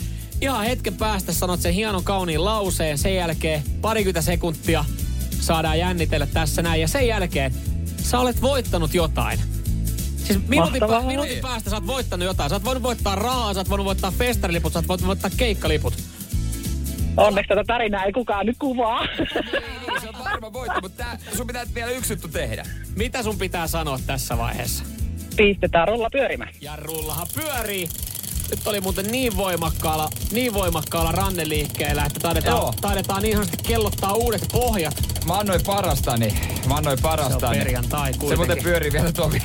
S2: ihan hetken päästä sanot sen hienon kauniin lauseen. Sen jälkeen parikymmentä sekuntia saadaan jännitellä tässä näin. Ja sen jälkeen sä olet voittanut jotain. Siis minuutin, pä-
S11: Mahtavaa.
S2: minuutin päästä sä oot voittanut jotain. Sä oot voinut voittaa rahaa, sä oot voinut voittaa festariliput, sä oot voinut voittaa keikkaliput.
S11: Onneksi tätä tarinaa ei kukaan nyt kuvaa.
S3: Niin, se on varma voitto, mutta tää, sun pitää vielä yksi juttu tehdä.
S2: Mitä sun pitää sanoa tässä vaiheessa?
S11: Pistetään rulla pyörimään.
S2: Ja rullahan pyörii. Nyt oli muuten niin voimakkaalla, niin voimakkaalla ranneliikkeellä, että
S3: Joo.
S2: taidetaan, taidetaan niin sanotusti kellottaa uudet pohjat.
S3: Mä annoin parastani. Mä annoin
S2: Se on
S3: parastani.
S2: perjantai
S3: niin. Se muuten
S2: kuitenkin.
S3: pyörii vielä Tovi.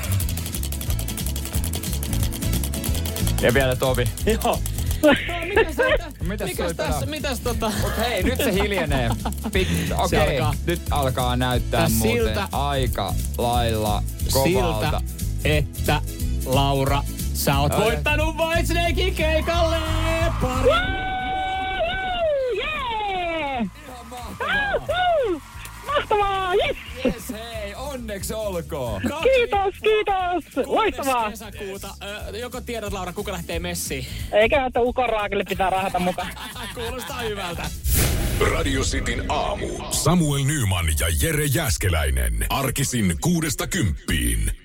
S3: Ja vielä Tovi.
S2: Joo.
S3: Mitäs
S2: Mikäs
S3: toi
S2: tässä,
S3: pelaa?
S2: mitäs tota...
S3: Mut hei, nyt se hiljenee. Pik- Okei,
S2: Se alkaa.
S3: nyt alkaa näyttää
S2: Tässä
S3: muuten
S2: siltä-
S3: aika lailla kovalta.
S2: Siltä, että Laura, sä oot
S3: Ai.
S2: voittanut Whitesnakein keikalle pari.
S11: Jee!
S3: Ihan mahtavaa.
S11: Woo! Mahtavaa, yes!
S3: Yes, hei, onneksi olkoon.
S2: Kaksi
S11: Kiitos, kiitos!
S2: kuudes
S11: Loistavaa!
S2: Kesäkuuta. Ö, joko tiedät, Laura, kuka lähtee messiin?
S11: Eikä että ukoraakille pitää rahata mukaan.
S2: Kuulostaa hyvältä.
S1: Radio Cityn aamu. Samuel Nyman ja Jere Jäskeläinen. Arkisin kuudesta kymppiin.